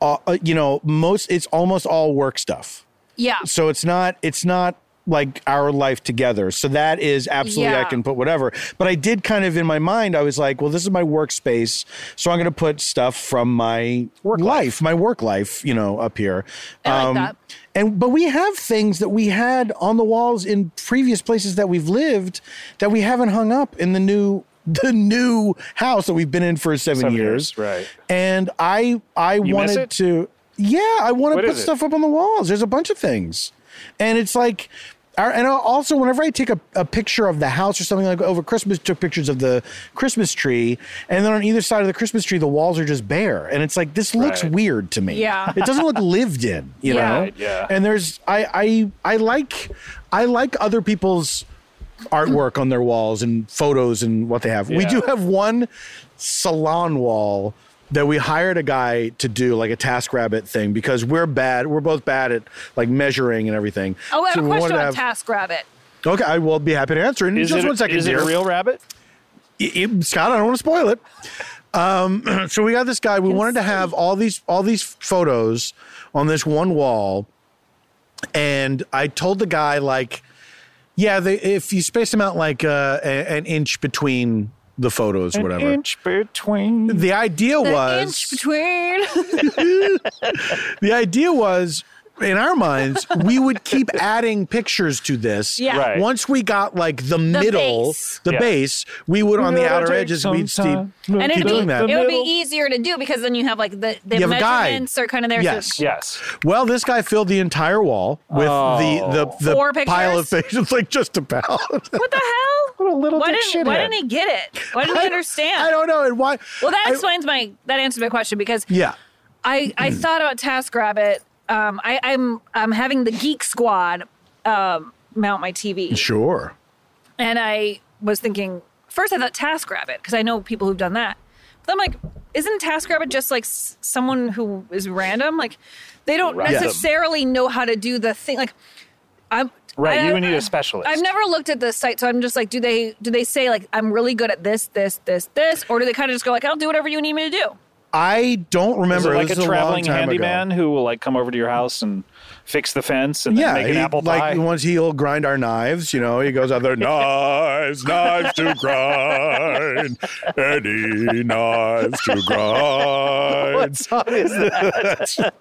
uh, uh, you know, most. It's almost all work stuff.
Yeah.
so it's not it's not like our life together so that is absolutely i
Yeah.
can put whatever but i did kind of in my mind i was like well this is my workspace so i'm going to put stuff from my work life my work life you know up here Um,
I like that.
and but we have things that we had on the walls in previous places that we've lived that we haven't hung up in the new the new house that we've been in for seven,
Seven
years.
years, right.
and i i
miss
wanted
it?
to yeah i want to
What
put
is it?
stuff up on the walls. There's a bunch of things. And it's like, our- and also, whenever I take a, a picture of the house or something like over Christmas, took pictures of the Christmas tree. And then on either side of the Christmas tree, the walls are just bare. And it's like, this looks
Right.
weird to me.
Yeah.
It doesn't look lived in, you
Yeah.
know?
Right,
yeah.
And there's, I, I, I like, I like other people's artwork on their walls and photos and what they have. We
Yeah.
do have one salon wall that we hired a guy to do like a task rabbit thing because we're bad. We're both bad at like measuring and everything.
Oh, I have
So
a
we
question
wanted to
about
have-
TaskRabbit.
Okay, I will be happy to answer. And
is
just
it,
one second,
is it
dear.
a real rabbit?
It- it- Scott, I don't want to spoil it. Um, so we got this guy. We wanted to have all these all these photos on this one wall, and I told the guy like, yeah, they, if you space them out like uh, a- an inch between the photos, whatever.
Inch between.
The idea
The
was
inch between.
the idea was in our minds, we would keep adding pictures to this.
Yeah.
Right.
Once we got like the, middle,
base.
the
Yeah.
base, we would on the
It'll
outer
take
edges,
some
we'd steep,
time. And
and
keep
it'd be,
doing that.
it would be
Middle.
easier to do because then you have like the, the
You have a guide.
measurements are kind of there.
Yes.
To,
Yes.
Well, this guy filled the entire wall with
Oh.
the the, the
Four
pile of pictures, like just about.
what the hell?
What a little
why
dick
didn't, why
shithead.
didn't he get it? Why didn't he understand?
I don't know, and why?
well, that
I-
explains my that answers my question because
Yeah,
I, I thought about TaskRabbit. Um, I, I'm I'm having the Geek Squad um, mount my TV,
sure.
and I was thinking first I thought TaskRabbit because I know people who've done that. But I'm like, isn't TaskRabbit just like s- someone who is random? Like they don't
Random.
necessarily know how to do the thing. Like I'm
Right.
I-
you would need
I-
a specialist.
I've never looked at this site, so I'm just like, do they do they say like I'm really good at this, this, this, this, or do they kind of just go like I'll do whatever you need me to do?
I don't
Is
remember.
it
It
like
was
a traveling
long time
handyman
Ago.
who will like come over to your house and fix the fence and then
Yeah,
make an
he-
apple pie?
like once he'll grind our knives, you know, he goes out there, knives, knives to grind, any knives to grind.
what song is that?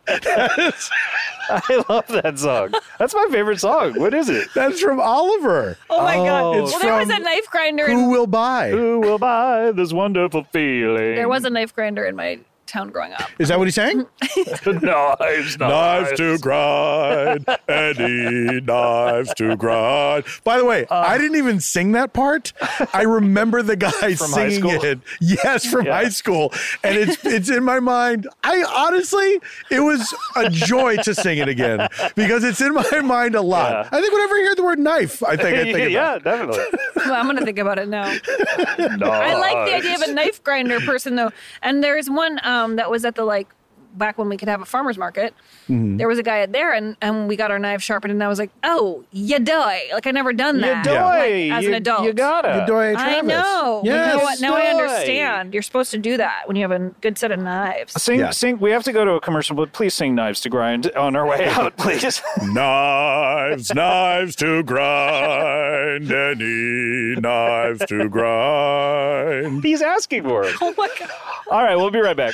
I love that song. That's my favorite song. What is it?
That's from Oliver.
Oh my god!
It's
well, there was
from
a knife grinder.
Who
In,
will buy?
Who will buy this wonderful feeling?
there was a knife grinder in my town growing up.
Is that what he's saying?
knives, knives.
grind, Eddie. Knives to grind. By the way,
Uh,
I didn't even sing that part. I remember the guy
From high
singing
school?
it. Yes, from
Yeah.
high school, and it's it's in my mind. I honestly, it was a joy to sing it again because it's in my mind a lot.
Yeah.
I think whenever I hear the word knife, I think I think about
yeah, definitely.
Well, I'm gonna think about it now. I like the idea of a knife grinder person though. And there's one um, that was at the like back when we could have a farmer's market. There was a guy at there, and and we got our knives sharpened, and I was like, oh, you die. Like I never done that.
Doy,
Like, as
you,
an adult.
you gotta.
Godoy
I
Travis.
know.
Yes.
You know what? Now I
Yes.
understand. You're supposed to do that when you have a good set of knives.
Sing,
Yeah.
sing. We have to go to a commercial, but please sing "Knives to Grind" on our way out, please.
Knives, knives to grind, any knives to grind.
He's asking for it.
Oh my god.
All right, we'll be right back.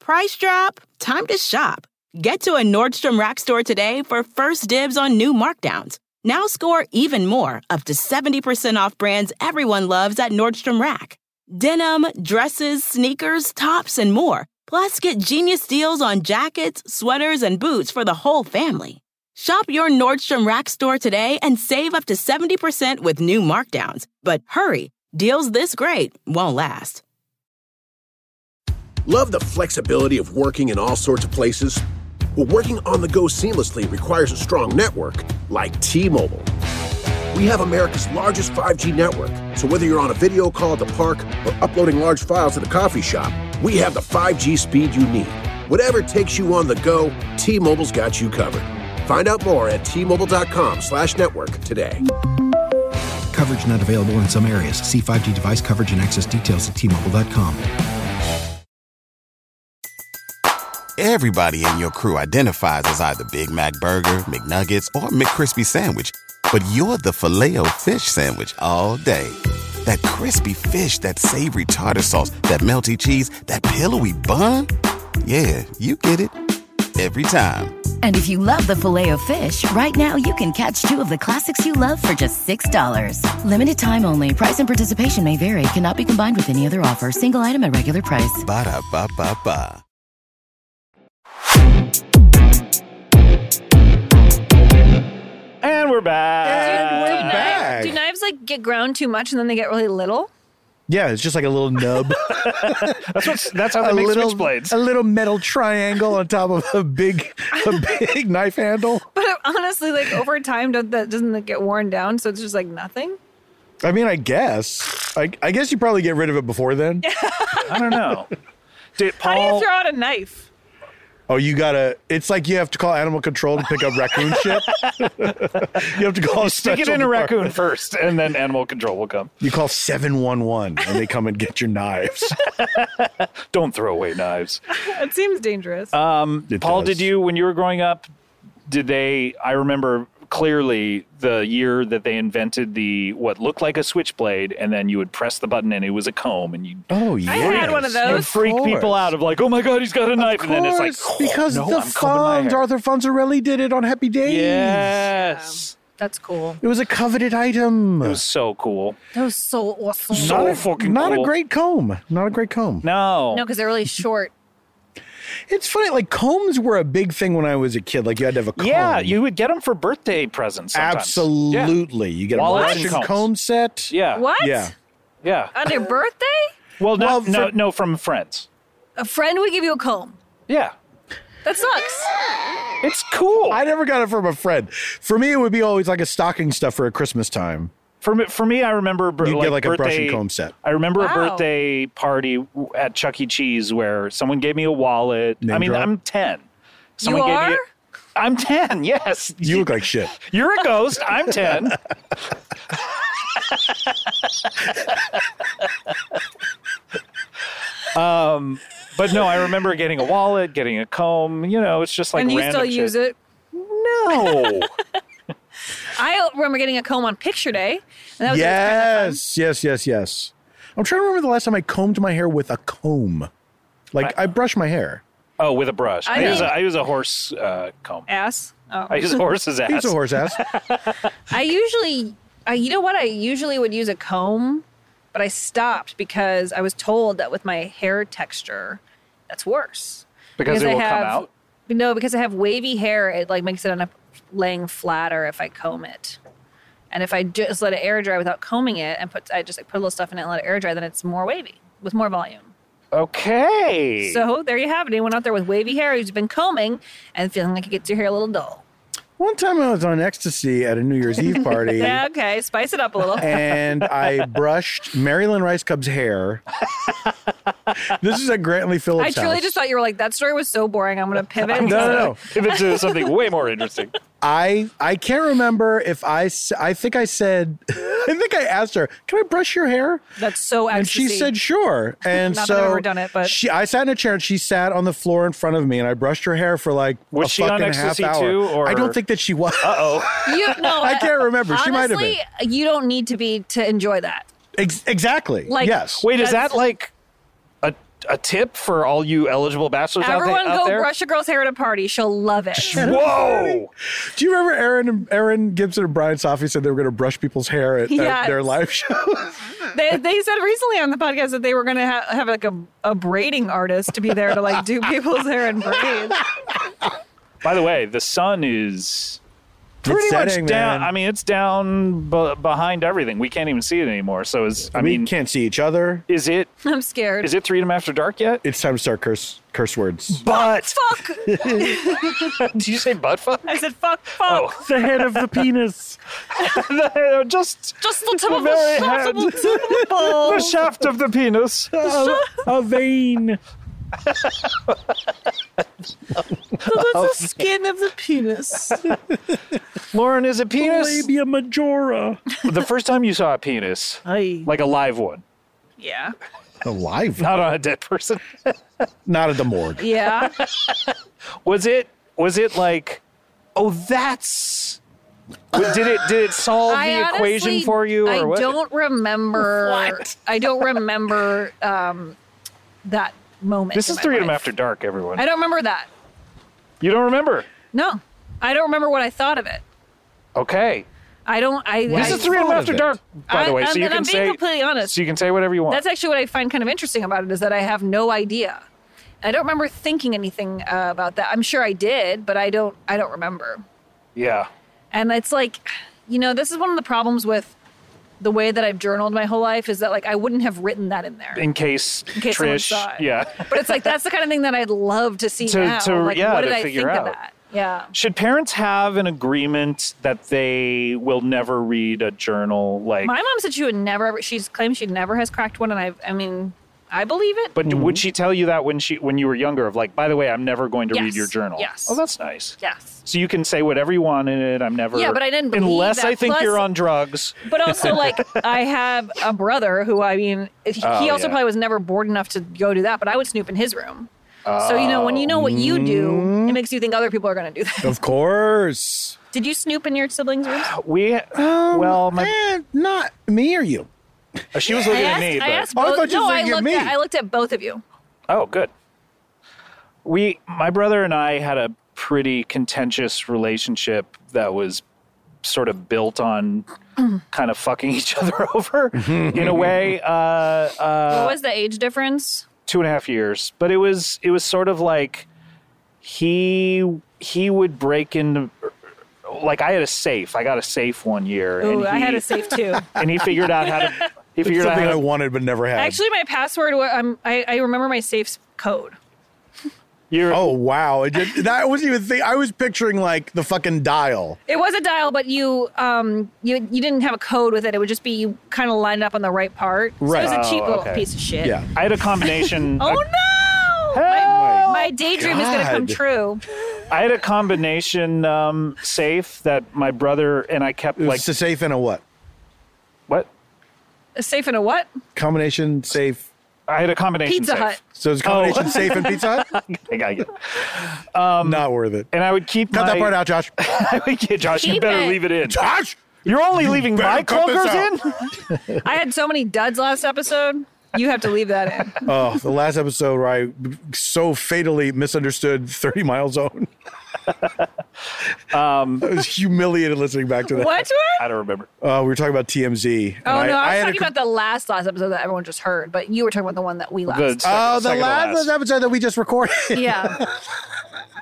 Price drop? Time to shop. Get to a Nordstrom Rack store today for first dibs on new markdowns. Now score even more, up to 70% off brands everyone loves at Nordstrom Rack. Denim, dresses, sneakers, tops, and more. Plus, get genius deals on jackets, sweaters, and boots for the whole family. Shop your Nordstrom Rack store today and save up to 70% with new markdowns. But hurry, deals this great won't last.
Love the flexibility of working in all sorts of places? Well, working on the go seamlessly requires a strong network like T Mobile. We have America's largest 5G network, so whether you're on a video call at the park or uploading large files at a coffee shop, we have the 5G speed you need. Whatever takes you on the go, T Mobile's got you covered. Find out more at T Mobile.com slash network today.
Coverage not available in some areas. See 5G device coverage and access details at tmobile.com.
Everybody in your crew identifies as either Big Mac Burger, McNuggets, or McCrispy Sandwich. But you're the filet fish Sandwich all day. That crispy fish, that savory tartar sauce, that melty cheese, that pillowy bun. Yeah, you get it. Every time.
And if you love the filet of fish, right now you can catch two of the classics you love for just $6. Limited time only. Price and participation may vary. Cannot be combined with any other offer. Single item at regular price.
Ba-da-ba-ba-ba.
And we're back.
And we're
do,
back.
Knives, do knives like get ground too much and then they get really little?
Yeah, it's just like a little nub,
That's what's. That's how
a
they make
little
switchblades.
a little metal triangle on top of a big, a big knife handle.
But honestly, like over time, don't that doesn't it get worn down? So it's just like nothing.
I mean, I guess, I, I guess you probably get rid of it before then.
I don't know. Did Paul?
How do you throw out a knife?
Oh, you gotta. It's like you have to call animal control to pick up raccoon shit. you have to call. a
Stick it
special
in a
department.
raccoon first, and then animal control will come.
You call seven one one, and they come and get your knives.
Don't throw away knives.
It seems dangerous.
Um,
It
Paul,
does.
did you when you were growing up? Did they? I remember clearly the year that they invented the what looked like a switchblade, and then you would press the button and it was a comb, and you
Oh yeah,
I had one of
it would
those.
freak
course.
people out of like, oh my god, he's got a knife, and then it's like
because
no,
the
I'm combing my
Fonz,
hair.
Arthur Fonzarelli did it on Happy Days.
yes,
That's cool.
It was a coveted item.
it was so cool,
That was so awesome.
so fucking
Not
cool.
a great comb. Not a great comb.
no,
No, because they're really short.
It's funny. Like combs were a big thing when I was a kid. Like you had to have a comb.
yeah, you would get them for birthday presents. Sometimes.
absolutely. You get a
Wallets and
Russian
combs.
comb set.
Yeah.
What?
Yeah.
Yeah.
On your birthday,
Well, no,
Well,
no,
for-
no, from friends.
a friend would give you a comb.
Yeah.
That sucks.
It's cool.
I never got it from a friend. For me, it would be always like a stocking stuffer at Christmas time.
For me, for me, I remember br-
You'd
like,
get, like, a brush and
birthday-
comb set.
I remember a
Wow.
birthday party w- at Chuck E. Cheese where someone gave me a wallet. I
Name
mean,
drop?
I'm ten.
you are.
me. A, I'm ten. Yes.
You look like shit.
You're a ghost. I'm ten. um, but no, I remember getting a wallet, getting a comb. You know, it's just like
and you
random
still use it.
No.
I remember getting a comb on picture day. And that was always
Yes, yes, yes, yes. I'm trying to remember the last time I combed my hair with a comb. Like I, brush my hair.
oh, with a brush. I,
I
use a,
think-
I use a horse uh, comb.
kind of fun. ass. Oh.
I use a horse's ass.
It's a horse ass.
I usually, I, you know what? I usually would use a comb, but I stopped because I was told that with my hair texture, that's worse.
Because it will come out?
No, because I have wavy hair, it like makes it end up laying flatter if I comb it. And if I just let it air dry without combing it and put, I just like put a little stuff in it and let it air dry, then it's more wavy with more volume.
Okay.
So there you have it. Anyone out there with wavy hair who's been combing and feeling like it gets your hair a little dull.
One time I was on ecstasy at a New Year's Eve party.
Yeah, okay. Spice it up a little.
and I brushed Marilyn Rice Cub's hair. this is at Grantley
I
Phillips.
truly
house.
just thought you were like, that story was so boring. I'm going to pivot.
no, no, no.
if it's uh, something way more interesting.
I I can't remember if I s- I think I said I think I asked her, "Can I brush your hair?"
That's so
And
ecstasy.
she said, "Sure." And
Not that
so
I've ever done it, but-
she I sat in a chair and she sat on the floor in front of me and I brushed her hair for like
Was
a
she on
fucking
ecstasy
half hour.
too, or- Uh,
I don't think that she was. Uh-oh.
you, no, uh,
I can't remember. She might have
honestly, You don't need to be to enjoy that.
Ex- exactly.
Like-
yes.
Wait, is
That's-
that like a, a tip for all you eligible bachelors out,
Everyone
the- out
go
there?
brush a girl's hair at a party. She'll love it.
Whoa!
Do you remember Aaron Aaron Gibson and Brian Safi said they were going to brush people's hair at, at
Yes.
their live show?
they, they said recently on the podcast that they were going to ha- have like a, a braiding artist to be there to like do people's hair and braid.
By the way, the sun is pretty
It's
much
setting,
down.
man.
I mean, it's down b- behind everything. We can't even see it anymore. So is I
we
mean,
can't see each other.
is it
I'm scared.
is it freedom after dark yet?
It's time to start curse curse words.
But
fuck?
did you say butt fuck?
I said, fuck, fuck.
the head of the penis.
Just
Just the tip of
very
the shaft of
hand.
the ball.
the shaft of the penis.
a, a vein.
the skin of the penis.
Lauren is a penis.
Labia majora.
the first time you saw a penis, like a live one,
Yeah.
Alive.
not on a dead person.
Not at the morgue.
Yeah.
Was it was it like oh that's did it did it solve the equation
honestly-
for you or
I
what?
don't remember. I don't remember um, that moment.
this
in
is
my
three of them
life.
after dark, everyone.
I don't remember that.
you don't remember?
No, I don't remember what I thought of it.
Okay.
I don't. I.
This
I,
is three of them
thought
after
of it.
dark, by
I-
the way.
I'm-
So you
and
can
I'm being
say
completely honest.
So you can say whatever you want.
That's actually what I find kind of interesting about it is that I have no idea. I don't remember thinking anything uh, about that. I'm sure I did, but I don't. I don't remember.
yeah.
And it's like, you know, this is one of the problems with the way that I've journaled my whole life is that like I wouldn't have written that in there.
In case,
case someone
Trish,
saw it.
yeah.
But it's like that's the kind of thing that I'd love to see
To-
now.
to-
like,
yeah,
what did
to
I
figure
think
out.
of that? Yeah.
Should parents have an agreement that they will never read a journal like
My mom said she would never. She's claimed she never has cracked one, and I. I mean, I believe it.
But would she tell you that when she when you were younger of like by the way, I'm never going to read
Yes.
your journal.
Yes.
Oh, that's nice.
yes.
So you can say whatever you want in it. I'm never.
Yeah, but I didn't believe
Unless
that.
I think
Plus-
you're on drugs.
But also, like, I have a brother who, I mean, he
Oh,
also
yeah.
probably was never bored enough to go do that. But I would snoop in his room. So you know, when you know what you do, it makes you think other people are going to do that.
Of course.
Did you snoop in your siblings' rooms?
We well, my, Uh,
Eh, not me or you.
she was looking
I
at
asked,
me.
I
but-
asked
Oh, I
both.
thought you
no,
said
I
you're
looked
me.
at I looked at both of you.
Oh, good. We, my brother and I, had a pretty contentious relationship that was sort of built on
Mm.
kind of fucking each other over in a way. Uh,
what was the age difference?
two and a half years, but it was it was sort of like he he would break into like I had a safe. I got a safe one year, and
Ooh,
he,
I had a safe too.
and he figured out how to. He figured out
Something
how
I
to,
wanted but never had.
Actually, my password. wa- Um, I I remember my safe's code.
you're,
oh wow, It did- that wasn't even. Think, I was picturing like the fucking dial.
It was a dial, but you um you you didn't have a code with it. It would just be you kind of lined up on the right part.
Right.
So it was a cheap
Oh,
little
okay.
piece of shit.
Yeah.
I had a combination.
Oh no! My, my daydream is gonna come
God.
true.
I had a combination um, safe that my brother and I kept
It was
like
a safe and a what
what
A safe and a what?
combination safe.
I had a combination
Pizza
safe.
Hut.
So it's a combination safe and Pizza Hut.
I got you.
Um,
not worth it.
And I would keep
Cut
my,
that part out, Josh.
I would get Josh. you
Keep
better
it.
leave it in.
Josh.
You're only leaving
better
my
cut this out.
clunkers in.
I had so many duds last episode. You have to leave that in.
Oh, the last episode where I so fatally misunderstood 30 Mile Zone. I was humiliated listening back to that.
Um, What?
I don't remember.
Uh, we were talking about TMZ.
Oh no, I was talking
a,
about the last last episode that everyone just heard, but you were talking about the one that we last.
The second-
Oh, the
second to
last,
last.
episode that we just recorded.
Yeah.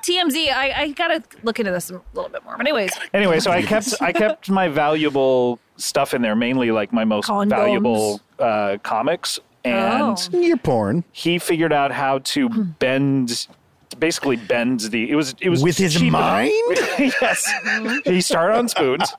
TMZ, I, I gotta look into this a little bit more. But anyways,
Anyway, so I kept I kept my valuable stuff in there, mainly like my most
Condoms.
valuable uh, comics, and
Oh. Hmm.
Your porn.
he figured out how to bend, basically bend the. It was it was
With his
cheap enough.
mind?
yes,
Mm-hmm.
he started on spoons.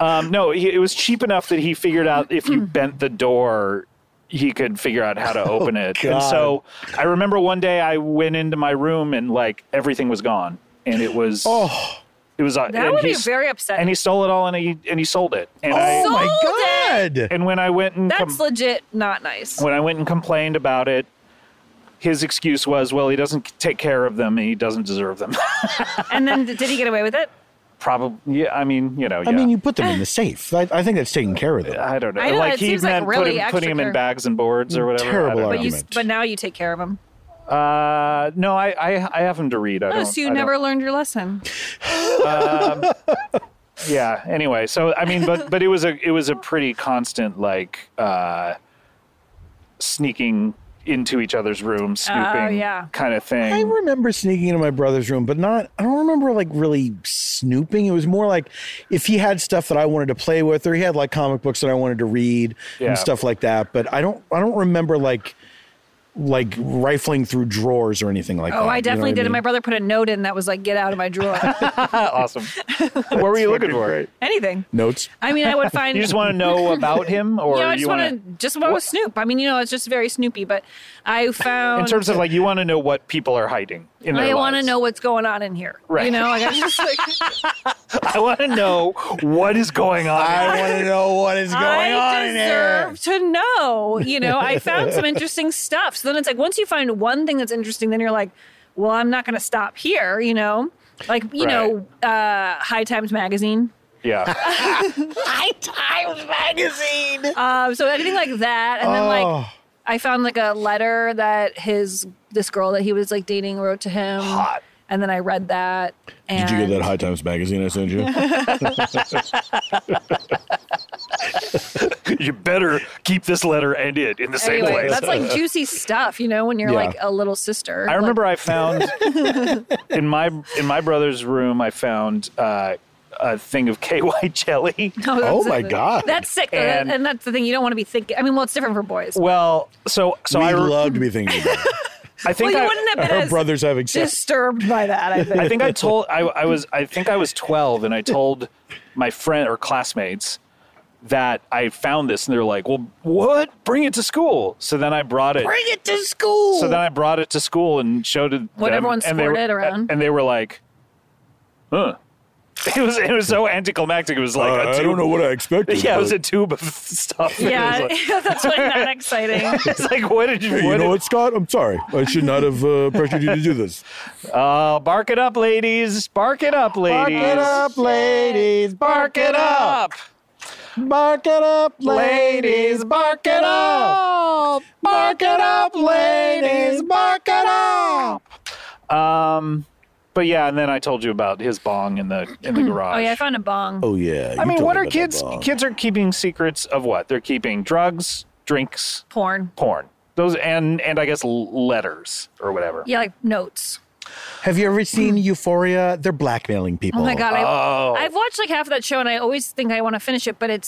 Um, no, he, it was cheap enough that he figured out if
Hmm.
you bent the door, he could figure out how to
Oh,
open it. And so I remember one day I went into my room and like everything was gone, and it was oh. It was that
would be very upsetting.
And he stole it all, and he and he sold it. And I
Sold
Oh, my
it!
God.
and when I went and
that's
com-
legit not nice.
when I went and complained about it, his excuse was, "Well, he doesn't take care of them, and he doesn't deserve them."
And then did he get away with it?
Probably, yeah. I mean, you know, yeah.
I mean, you put them in the safe. I, I think that's taking care of them.
I don't know.
I know,
like
it
he
seems like
meant
really
putting,
extra
putting him in
care.
bags and boards or whatever. I
Mm, Terrible
don't
But you,
know.
Element.
but now you take care of him.
uh, no, I, I I have him to read. I
Oh,
don't.
so you
I don't-
never learned your lesson.
yeah. Anyway, so I mean, but but it was a it was a pretty constant like uh, sneaking into each other's rooms, snooping,
Oh, yeah.
kind of
I
thing.
remember sneaking into my brother's room, but not, I don't remember like really snooping. It was more like if he had stuff that I wanted to play with or he had like comic books that I wanted to read
Yeah.
and stuff like that. But I don't, I don't remember like, like rifling through drawers or anything like that.
Oh, I
You know
definitely
what
did. And
mean?
my brother put a note in that was like, "Get out of my drawer."
awesome. what were you looking for?
Anything.
notes.
I mean, I would find.
You just want to know about him, or
you know, I
you
just
want
want to just want to Snoop. I mean, you know, it's just very Snoopy. But I found
in terms of like you want to know what people are hiding in their
I want to
lives.
know what's going on in here. You
Right.
know, like, I just like,
I want to know what is going on.
I want to know what is going on
I
in here.
deserve to know. You know, I found some interesting stuff. So then it's like once you find one thing that's interesting, then you're like, well, I'm not going to stop here. You know, like you know, uh, High Times magazine.
yeah.
Um, so anything like that, and then
Oh.
like I found like a letter that his this girl that he was like dating wrote to him. Hot. And then I read that. And
High Times magazine I sent you?
you better keep this letter and it in the same
Anyway,
place.
that's like juicy stuff, you know, when you're
Yeah.
like a little sister.
I remember I found in my in my brother's room. I found uh, a thing of KY jelly.
oh my God.
That's sick, though,
And-
and, that's the thing. You don't want to be thinking. I mean, well, it's different for boys.
Well, so so
we
I re-
love to be thinking about it.
I
well,
think
you
I,
wouldn't have been
Our
as
brothers having sex.
disturbed by that. I think.
I think I told I, I was I think I was twelve and I told my friend or classmates that I found this and they're like, Well what? Bring it to school. So then I brought it Bring it to school. So then I brought it to school and showed it
What
them,
everyone
and they were-
squirted around.
And they were like, Huh. It was it was so anticlimactic. It was like a tube.
what Uh, I expected.
Yeah, it was a tube of stuff.
Yeah,
It was like,
that's like not exciting.
it's like what did you?
Hey, you
what
know
did-
what, Scott? I'm sorry. I should not have uh, pressured you to do this.
Uh, bark it up, ladies. Bark it up, ladies.
Bark it up, ladies. Bark it up. Bark it up, ladies. Bark it up. Bark it up, ladies. Bark it up.
Um, but yeah, and then I told you about his bong in the in the garage.
Oh yeah, I found a bong.
Oh yeah.
I
you
mean,
told
what
me
are
about
kids?
that bong.
Kids are keeping secrets of what? They're keeping drugs, drinks,
Porn.
porn. Those and and I guess l- letters or whatever.
Yeah, like notes.
Have you ever seen
Hmm.
Euphoria? They're blackmailing people.
Oh my god, I,
Oh.
I've watched like half of that show, and I always think I want to finish it, but it's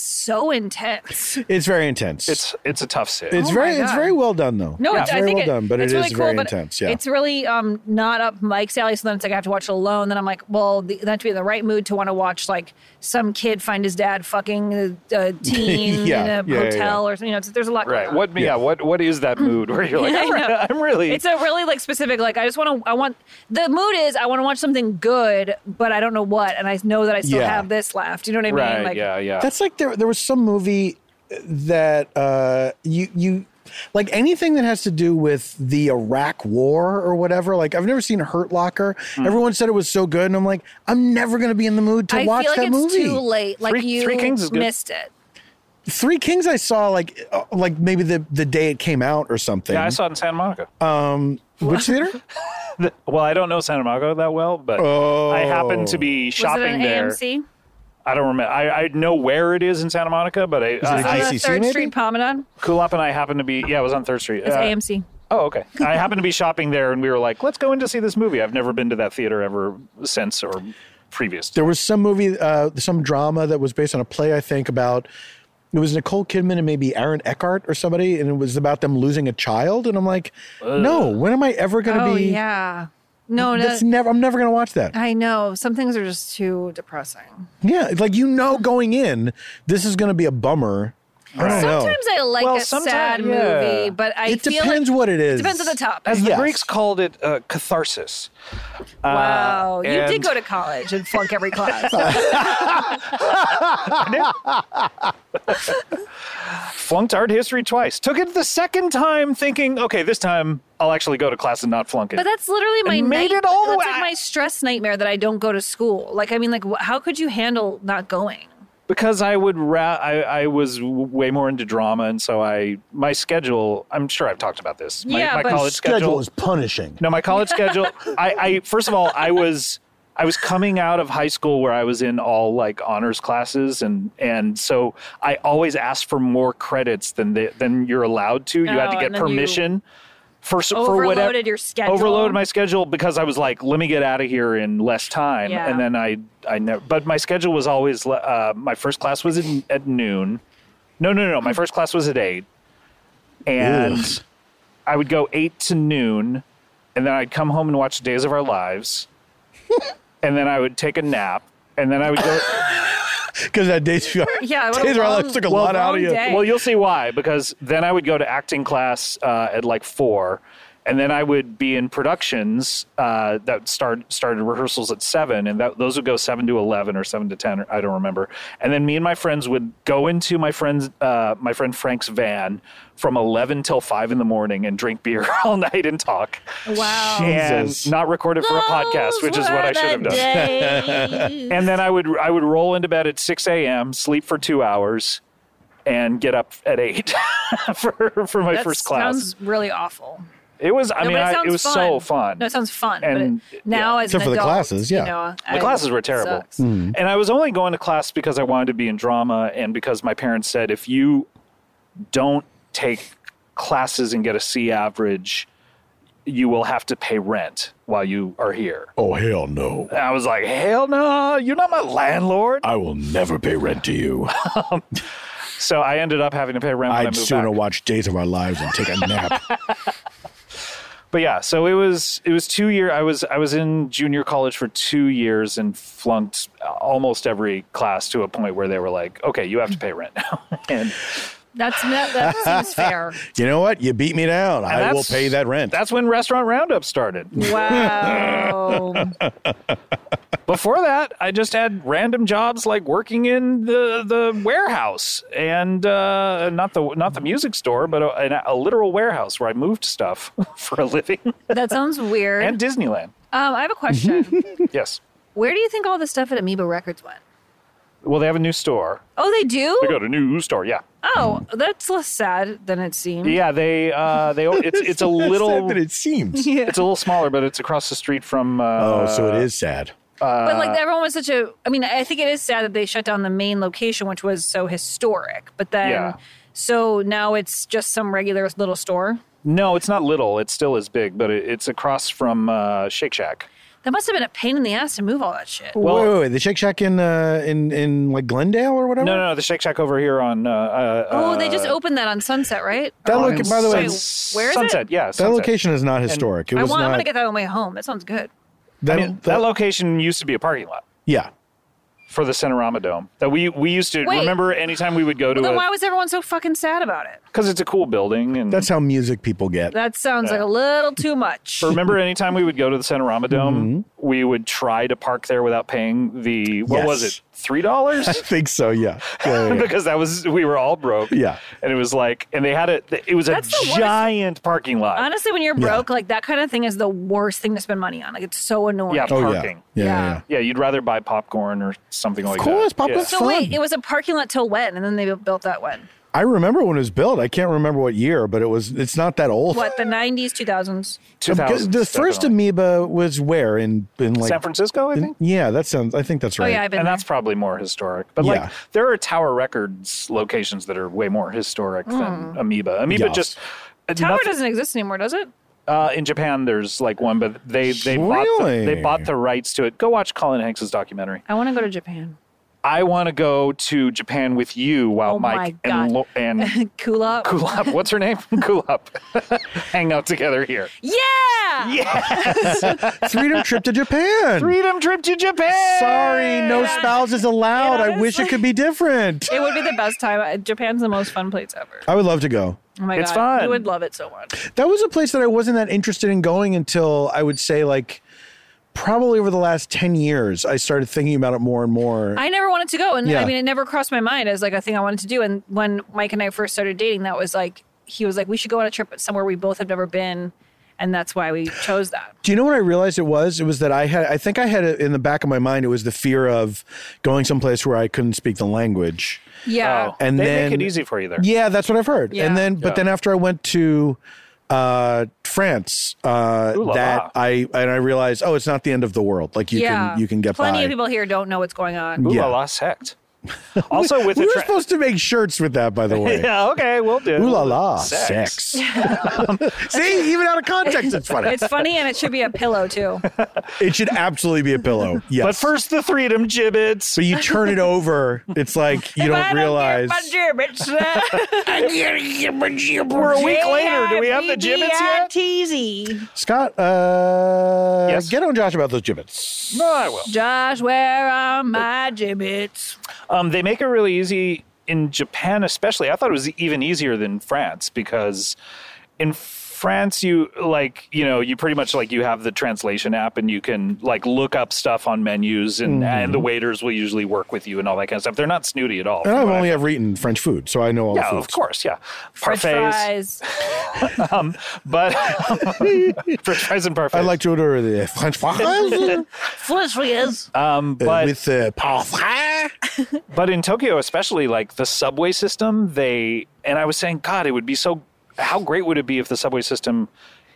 so intense.
It's very intense.
It's it's a tough sit.
it's
Oh my
very it's
God.
very well done though.
No,
it's
it's,
very
I think
well
it-
done, but it
it's
is
really
very
cool, but
intense. Yeah.
it's really um not up Mike's alley. So then it's like I have to watch it alone. Then I'm like, well, the, then I have to be in the right mood to want to watch like some kid find his dad fucking a, a teen
Yeah, yeah,
in a
yeah,
hotel or something. You know, it's, there's a lot.
right.
Going on.
What? Yeah. What? What is that mood where you're like,
I
I'm, re-
know.
I'm really.
It's a really like specific. Like I just want to. I want the mood is I want to watch something good, but I don't know what, and I know that I still
Yeah.
have this left. You know what I mean?
right.
like,
yeah. Yeah.
That's like there there was some movie that uh you you like anything that has to do with the Iraq war or whatever. Like I've never seen Hurt Locker.
Hmm.
Everyone said it was so good and I'm like I'm never going to be in the mood to
I
watch
feel like
that
it's
movie.
too late. Like
Three-
you
Three Kings is good.
missed it.
Three Kings I saw like uh, like maybe the the day it came out or something.
yeah. I saw it in Santa Monica.
Which theater?
well, I don't know Santa Monica that well, but I happened to be shopping
Oh. was it an
there.
AMC?
I don't remember. I, I know where it is in Santa Monica, but I,
Was it
I, I
on the Third
maybe?
Street Promenade.
Kulop and I happened to be. Yeah, it was on Third Street.
It's
Uh,
AMC.
Oh, okay. I happened to be shopping there, and we were like, "Let's go in to see this movie." I've never been to that theater ever since or previous. to.
There was some movie, uh, some drama that was based on a play, I think, about it was Nicole Kidman and maybe Aaron Eckhart or somebody, and it was about them losing a child. And I'm like, no, when am I ever going to
Oh
be?
yeah. Uh, No, no.
That's never. I'm never going to watch that.
I know. Some things are just too depressing.
yeah, it's like you know, going in, this is going to be a bummer. I don't know.
Sometimes I like
Well,
a
sometimes-
sad
yeah.
movie, but I
It
feel
depends
like,
what it is.
Depends on the topic.
As the
Yes.
Greeks called it, uh, catharsis.
wow, you
Uh, and-
did go to college and flunk every class.
Flunked art history twice. Took it the second time, thinking, "Okay, this time I'll actually go to class and not flunk it."
But that's literally my
And made
night-
it all the
that's
way-
like my stress nightmare that I don't go to school. Like I mean, like wh- how could you handle not going?
because I would ra- I, I was w- way more into drama, and so I my schedule. I'm sure I've talked about this. My,
Yeah,
my
but-
college
schedule, is punishing.
No, my college schedule. I, I first of all, I was I was coming out of high school where I was in all like honors classes, and and so I always asked for more credits than the, than you're allowed to. You had
Oh,
to get
and then you
permission. For, s- for whatever
Overloaded your schedule.
overloaded Oh, my schedule because I was like, let me get out of here in less time,
Yeah.
and then I I never. But my schedule was always le- uh, my first class was in, at noon. No, no, no, no. My first class was at eight, and I would go eight to noon, and then I'd come home and watch Days of Our Lives, and then I would take a nap, and then I would go.
Because that day,
Yeah, what a
days of our
long-
lives took a
well,
lot out of
long
you.
day.
Well, you'll see why because then I would go to acting class uh, at like four, and then I would be in productions uh, that start started rehearsals at seven, and that, those would go seven to eleven or seven to ten, or, I don't remember. And then me and my friends would go into my friend's uh, my friend Frank's van from eleven till five in the morning and drink beer all night and talk,
Oh, Wow.
Jesus.
and not record it for a podcast, which is what I should have done.
done.
And then I would I would roll into bed at six a.m., sleep for two hours, and get up at eight for for my
that
first class.
sounds really awful.
it was I
No,
mean
but it,
I-
sounds
was
fun.
so fun.
No, it sounds fun.
And,
but it, now
yeah.
as
Except
an
for the
adult,
classes, yeah.
you know,
the
I-
classes were
it
terrible,
sucks.
and I was only going to class because I wanted to be in drama, and because my parents said if you don't take classes and get a C average, you will have to pay rent while you are here.
Oh hell no!
And I was like, hell no, you're not my landlord.
I will never pay rent to you.
So I ended up having to pay rent. When I
I'd
moved
sooner
back.
watch Days of Our Lives and take a nap.
But yeah, so it was it was two year. I was I was in junior college for two years and flunked almost every class to a point where they were like, okay, you have to pay rent now. and
That's not, that seems fair.
You know what? You beat me down. I will
that's-
pay that rent.
That's when Restaurant Roundup started.
Wow.
Before that, I just had random jobs like working in the the warehouse and uh, not the not the music store, but a, an- a literal warehouse where I moved stuff for a living
That sounds weird.
and Disneyland.
um, I have a question.
Yes.
Where do you think all the stuff at Amoeba Records went?
Well, they have a new store.
Oh, they do.
They got a new store. Yeah.
Oh, that's less sad than it seemed.
Yeah. They uh they it's it's a little
Sad that it seems.
it's a little smaller, but it's across the street from. Uh,
Oh, so it is sad.
But like everyone was such a. I mean, I think it is sad that they shut down the main location, which was so historic. But then,
Yeah.
so now it's just some regular little store.
No, it's not little. It's still as big, but it, it's across from uh, Shake Shack.
That must have been a pain in the ass to move all that shit.
Well-
wait, wait, wait, the Shake Shack in uh, in in like Glendale or whatever.
No, no, no, the Shake Shack over here on. Uh, uh,
Oh, they
uh,
just opened that on Sunset, right?
That
Or-
look- by the way,
Wait, where is
Sunset.
it?
Yeah,
That
Sunset.
location is not historic. it
I
was
want.
not.
I'm gonna get that on my way home. That sounds good.
that,
I mean, that location used to be a parking lot
yeah.
for the Cinerama Dome. That we we used to
Wait.
remember anytime we would go to
Well, then why
it
was everyone so fucking sad about it?
because it's a cool building and.
That's how music people get.
That sounds like a little too much.
Remember, anytime we would go to the Cinerama Dome,
Mm-hmm.
we would try to park there without paying the what was
Yes.
it three dollars?
I think so. Yeah. Yeah, yeah, yeah.
because that was we were all broke.
Yeah.
and it was like, and they had a it was
That's the
a
worst.
giant parking lot.
Honestly, when you're broke, like that kind of thing is the worst thing to spend money on. Like it's so annoying.
yeah,
Oh yeah. Yeah.
parking.
yeah,
Yeah.
yeah.
Yeah, you'd rather buy popcorn or something like that.
course, popcorn.
Yeah.
So wait, it was a parking lot till when? And then they built that when?
I remember when it was built. I can't remember what year, but it was. It's not that old.
What the '90s, 2000s?
2000s,
The first
definitely.
amoeba was where in in like
San Francisco, I think.
Yeah, that sounds. I think that's right.
Oh yeah, I've been.
And
there.
that's probably more historic. But
Yeah.
like there are Tower Records locations that are way more historic than Amoeba. Amoeba
Yes.
just
Hmm. Tower
nothing-
doesn't exist anymore, does it?
uh, in Japan there's like one but they they bought the, they
Really?
bought the rights to it. Go watch Colin Hanks' documentary.
I want to go to Japan.
I want to go to Japan with you while
Oh my
Mike
God.
and Lo- and
Kula.
Kulop, what's her name? Kulop. Hang out together here.
Yeah.
Freedom trip to Japan.
Freedom trip to Japan.
Sorry, no spouses allowed.
Yeah,
I wish it
honestly.
could be different.
It would be the best time. Uh, Japan's the most fun place ever.
I would love to go.
Oh my
It's
god,
fun.
you would love it so much.
That was a place that I wasn't that interested in going until I would say like probably over the last 10 years I started thinking about it more and more.
I never wanted to go, and I
Yeah.
mean, it never crossed my mind as like a thing I wanted to do. And when Mike and I first started dating, that was like he was like, "We should go on a trip somewhere we both have never been," and that's why we chose that.
Do you know what I realized it was? It was that I had I think I had it in the back of my mind it was the fear of going someplace where I couldn't speak the language.
Yeah.
Oh,
And
they
then-
make it easy for you there.
Yeah, that's what I've heard.
Yeah.
And then, but
Yeah.
then after I went to uh, France, uh,
Ooh la
that
la.
I and I realized, oh, it's not the end of the world. Like you
yeah.
can you can get
plenty
by.
of people here don't know what's going on.
Ooh
Yeah.
la la sect. Also with
we
a
were
tra-
supposed to make shirts with that, by the way.
Yeah, okay, we'll do.
Ooh la la,
Sex.
sex. See, even out of context, it's funny.
It's funny and it should be a pillow too.
it should absolutely be a pillow. Yes.
But first the freedom gibbets.
so you turn it over, it's like you don't realize.
We're a week later. Do we have the gibbets yet?
Scott, uh,
Yes.
get on Josh about those gibbets.
No, I will.
Josh, where are my gibbets?
Um, they make it really easy in Japan, especially. I thought it was even easier than France because in France, you like, you know, you pretty much like you have the translation app and you can like look up stuff on menus
Mm-hmm.
and, and the waiters will usually work with you and all that kind of stuff. They're not snooty at all.
And
from
I've
what I-
Oh, only ever eaten French food, so I know all
yeah,
the
of
foods.
course, yeah.
French fries.
um, but French fries and parfaits.
I like to order the French fries.
French fries.
um,
Uh,
but
with the parfait.
But in Tokyo, especially like the subway system, they and I was saying, God, it would be so. How great would it be if the subway system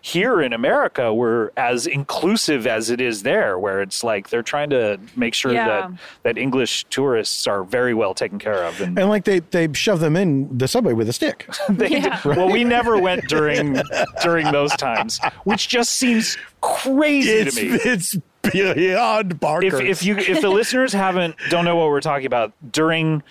here in America were as inclusive as it is there, where it's like they're trying to make sure
Yeah.
that that English tourists are very well taken care of. And,
And like they they shove them in the subway with a stick.
they do- well, we never went during during those times, which just seems crazy to me.
it's beyond Barker.
if, if you if the listeners haven't don't know what we're talking about during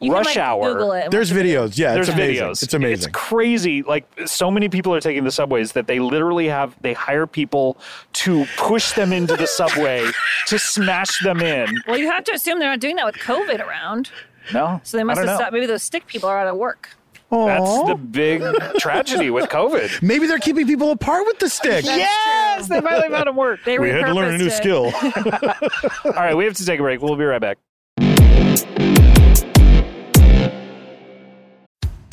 You can,
rush
like,
hour,
Google it.
There's videos, yeah.
There's
it's amazing.
videos.
It's amazing.
It's crazy. Like so many people are taking the subways that they literally have they hire people to push them into the subway to smash them in.
Well, you have to assume they're not doing that with COVID around.
No,
So they must
I don't
have
know.
stopped. Maybe those stick people are out of work.
That's
Aw.
the big tragedy with COVID.
Maybe they're keeping people apart with the stick.
yes, they finally found him work.
They
We had to learn a
repurposed
new
it.
skill.
All right, we have to take a break. We'll be right back.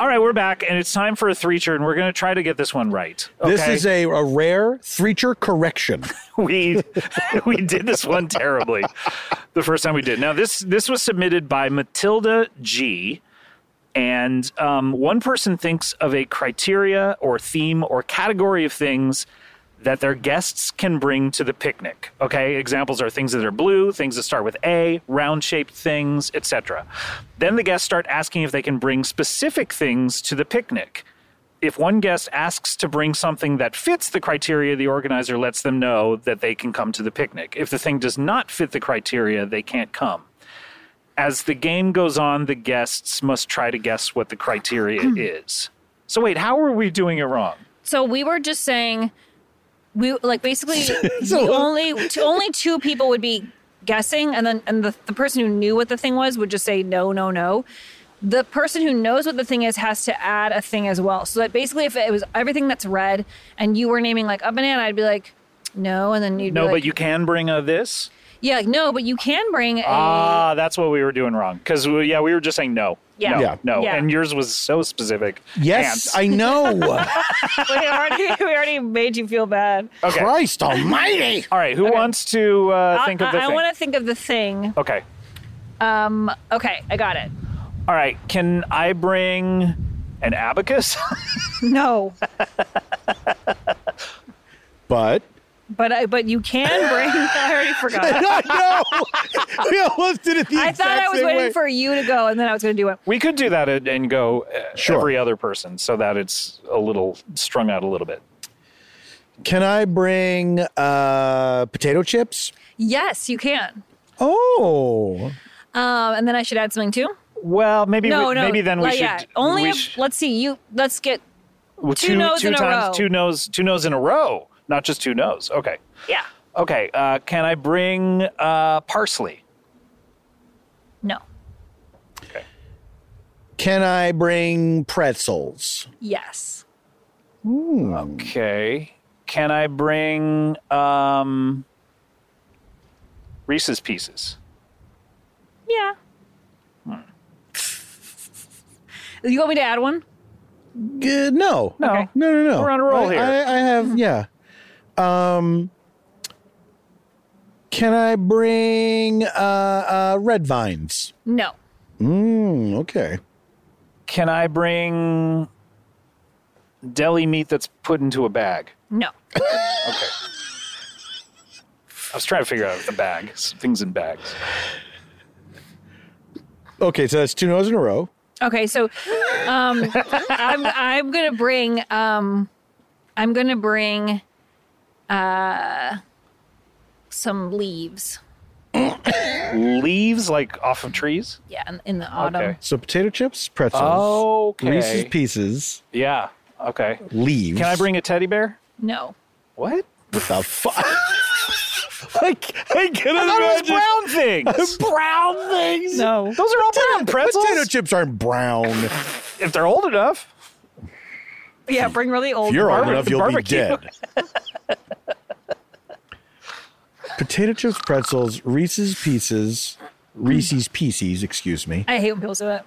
All right, we're back, and it's time for a three turn. We're going to try to get this one right. Okay?
This is a, a rare three-tier correction.
we we did this one terribly the first time we did. Now this this was submitted by Matilda G. And um, one person thinks of a criteria or theme or category of things that their guests can bring to the picnic. Okay, examples are things that are blue, things that start with A, round-shaped things, etc. Then the guests start asking if they can bring specific things to the picnic if one guest asks to bring something that fits the criteria, the organizer lets them know that they can come to the picnic. If the thing does not fit the criteria, they can't come. As the game goes on, the guests must try to guess what the criteria
Hmm.
is. So, wait, how are we doing it wrong?
So we were just saying, we like basically we only t- only two people would be guessing, and then and the, the person who knew what the thing was would just say no, no, no. The person who knows what the thing is has to add a thing as well. So that basically, if it was everything that's red, and you were naming like a banana, I'd be like. No, and then you'd
No,
be like,
but you can bring a this.
yeah, like, no, but you can bring a
Ah, that's what we were doing wrong. Because, yeah, we were just saying no.
Yeah.
No,
Yeah.
no.
Yeah.
And yours was so specific.
Yes,
Ants.
I know.
we already we already made you feel bad.
Okay.
Christ Almighty!
All right. Who wants to uh, think
I,
of the
I,
thing?
want to think of the thing.
okay.
Um, okay, I got it.
All right. Can I bring an abacus?
No,
But
but I, but you can bring. I already forgot.
I know we almost did it the
I
exact
thought I was
same
waiting
way.
for you to go, and then I was going to do it.
we could do that and- and go uh,
Sure.
every other person so that it's a little strung out a little bit.
Can I bring uh, potato chips?
Yes, you can.
Oh,
Um, and then I should add something too.
Well, maybe
No,
we,
no.
maybe then we
like,
should
yeah. Only.
we
if-
sh-
let's see. You. Let's get.
well,
two no's in a
times,
row.
two no's two no's in a row, not just two no's. Okay.
Yeah.
Okay, uh, can I bring uh, parsley?
No.
can I bring pretzels?
Yes.
Okay. Can I bring um, Reese's pieces?
Yeah. Hmm. You want me to add one?
Good. No.
No. Hmm.
Okay.
No, no, no.
We're on a roll
I,
here.
I, I have, yeah. Um, can I bring uh, uh, red vines?
No.
Mm, okay.
Can I bring deli meat that's put into a bag?
No.
I was trying to figure out the bag, things in bags.
Okay, so that's two no's in a row.
Okay, so um, I'm I'm gonna bring um, I'm gonna bring uh, some leaves.
Leaves like off of trees.
Yeah, in, in the autumn.
Okay.
So potato chips, pretzels,
Okay.
Reese's Pieces,
Yeah. Okay.
leaves.
Can I bring a teddy bear?
No,
What?
What the fuck? I, I can
Those
imagine.
brown things.
brown things.
no. Those are all brown pretzels.
Potato chips aren't brown.
If they're old enough.
yeah, bring really old.
You're old
Barbe-
enough, you'll be
barbecue.
dead. potato chips, pretzels, Reese's Pieces, Reese's Pieces, excuse me.
I hate when people say that.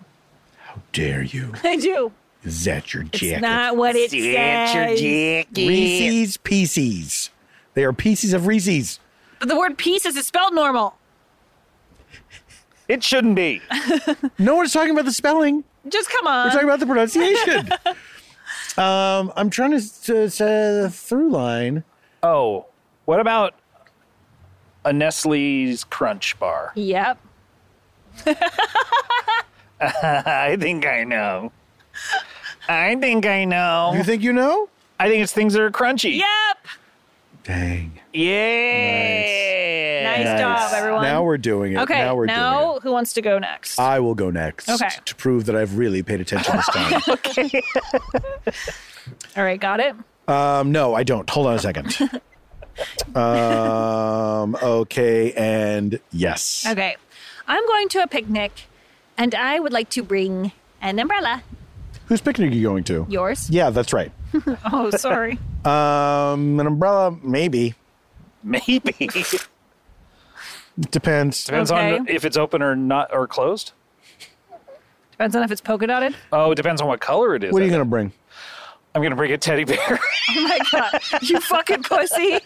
Dare you?
I do.
Is that your
It's
jacket?
not what it says.
Reese's Pieces. They are pieces of Reese's.
But the word pieces is spelled normal.
It shouldn't be.
No one's talking about the spelling.
Just come
We're
on.
talking about the pronunciation. um, I'm trying to, to say the through line.
Oh, what about a Nestle's Crunch Bar?
yep.
I think I know. I think I
You
know.
think you know?
I think it's things that are crunchy.
Yep.
Dang.
Yeah.
Nice, job, everyone.
Now we're doing it.
okay.
Now we're doing
now
it. Uh,
who wants to go next?
I will go next
Okay.
to prove that I've really paid attention this time.
All right, got it.
um, no, I don't. Hold on a second. um, okay, and yes.
Okay. I'm going to a picnic and I would like to bring an umbrella.
Whose picnic are you going to?
Yours?
Yeah, that's right.
Oh, sorry.
Um, an umbrella, maybe.
Maybe.
Depends.
Depends on
Okay.
if it's open or not or closed.
Depends on if it's polka dotted.
Oh, it depends on what color it is.
What are you going to bring?
I'm gonna bring a teddy bear.
Oh my god. You fucking pussy.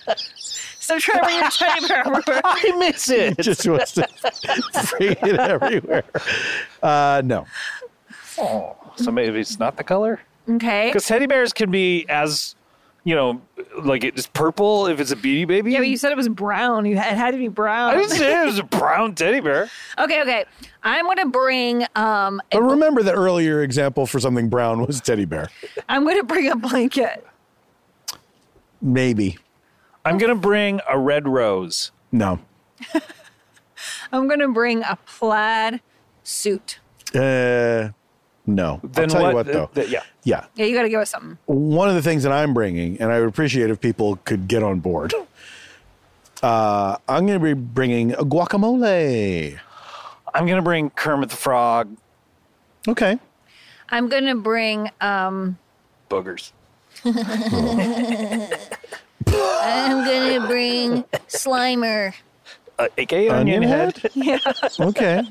So try to bring your teddy bear over.
I miss it.
just wants to bring it everywhere. Uh, no.
Oh, so maybe it's not the color.
Okay.
Because teddy bears can be as, you know, like it's purple if it's a beady baby.
Yeah, but you said it was brown. You had, it had to be
I
brown.
didn't say it was a brown teddy bear.
Okay, okay. I'm gonna bring um
But remember the earlier example for something brown was teddy bear.
I'm gonna bring a blanket.
Maybe.
I'm gonna bring a red rose.
No.
I'm gonna bring a plaid suit.
Uh, no. I'll
Then
tell
what-
you what, though.
th- th- yeah.
yeah.
Yeah, you gotta give us something.
One of the things that I'm bringing, and I would appreciate if people could get on board, uh, I'm going to be bringing a guacamole.
I'm gonna bring Kermit the Frog
Okay.
I'm gonna bring um
boogers.
I'm gonna bring Slimer.
Uh, AKA onion,
Onion
head.
head? Okay.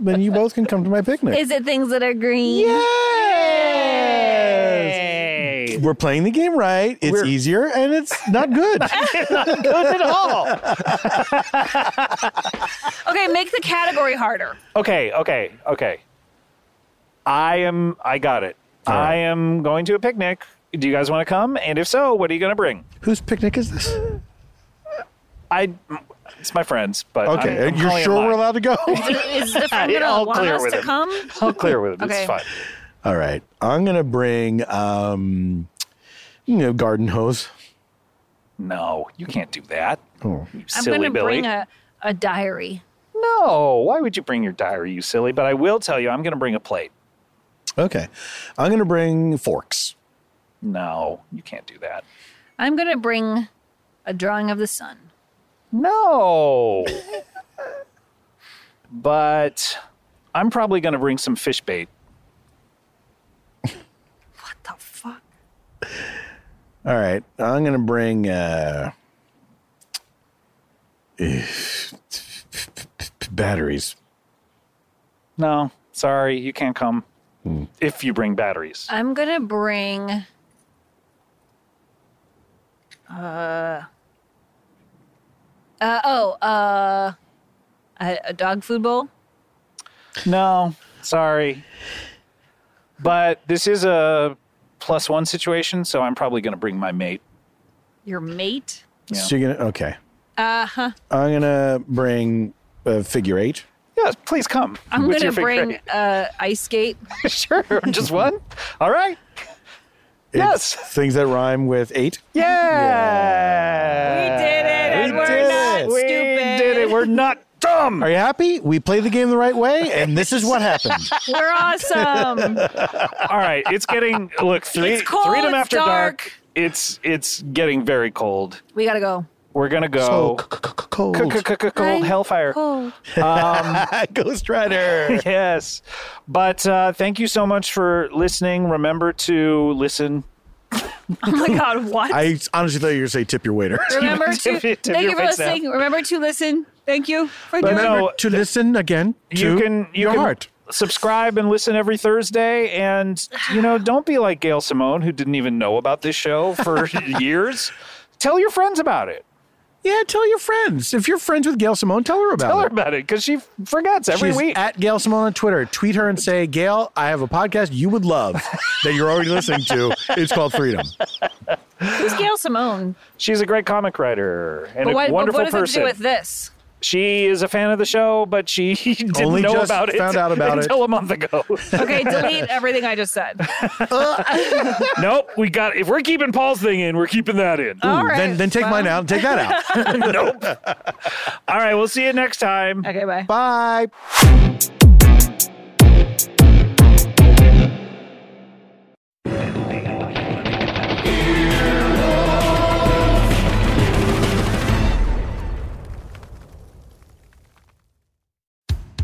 then you both can come to my picnic.
Is it things that are green?
Hey.
We're playing the game right. It's
We're-
easier and it's not good.
Good at all.
Okay, make the category harder.
Okay, okay, okay. I am. I got it. I am going to a picnic. Do you guys want to come? And if so, what are you gonna bring?
Whose picnic is this?
I. It's my friends, but I'm-
Okay,
I'm
you're
calling it
sure we're
mine.
allowed to go?
Is the friend
Yeah,
gonna
I'll
want
clear
us
with
to
him.
come?
I'll clear with it.
Okay.
It's fine.
All right, I'm gonna bring, um, you know, garden hose.
No, you can't do that. You
I'm
silly
gonna
Billy.
bring a, a diary.
no, why would you bring your diary, you silly? But I will tell you, I'm going to bring a plate.
Okay, I'm gonna bring forks.
No, you can't do that.
I'm gonna bring a drawing of the sun.
No. but I'm probably going to bring some fish bait.
What the fuck?
All right, I'm gonna bring. Uh, Batteries.
No, sorry, you can't come if you bring batteries.
I'm gonna bring uh uh oh uh a, a dog food bowl.
No, sorry. But this is a plus one situation, so I'm probably going to bring my mate.
Your mate.
Yeah.
So you're gonna okay.
Uh huh.
I'm gonna bring a figure eight.
Yes, please come.
I'm
with
gonna
your figure
bring uh ice skate.
eight. sure, just one. All right.
It's
Yes.
Things that rhyme with eight.
Yeah.
We did it, and
we're did not it.
We did it. We're not dumb.
Are you happy? We played the game the right way, and this is what happened.
We're awesome.
All right, it's getting look three
It's cold,
freedom
it's
after dark.
dark.
It's it's getting very cold.
we gotta go.
We're gonna go
So c- c- c- cold.
cold
I'm
hellfire.
Cold.
Ghost Rider.
Yes, but uh, thank you so much for listening. Remember to listen
Oh my God, what?
I honestly thought you were going to say tip your waiter.
remember
Tip
to
your- tip
thank
your
you for
face down.
listening. Remember to listen. Thank you for doing
no,
it.
know,
to listen again to
you can you
your
can
heart.
subscribe and listen every Thursday. And you know, don't be like Gail Simone, who didn't even know about this show for years. Tell your friends about it.
Yeah, tell your friends. If you're friends with Gail Simone, tell her about
Tell her
it.
about it because she forgets every
She's
week.
at Gail Simone on Twitter. Tweet her and say, Gail, I have a podcast you would love that you're already listening to. It's called Freedom.
Who's Gail Simone?
She's a great comic writer and
But what,
a
but
wonderful
what does it to
person.
do with this?
she is a fan of the show, but she didn't
Only
know
just
about it.
found out about it.
until a month ago.
Okay, delete everything I just said.
nope, we got. If we're keeping Paul's thing in, we're keeping that in.
All right.
then, then take
well,
mine out and take that out.
nope. All right, we'll see you next time.
Okay, bye.
Bye.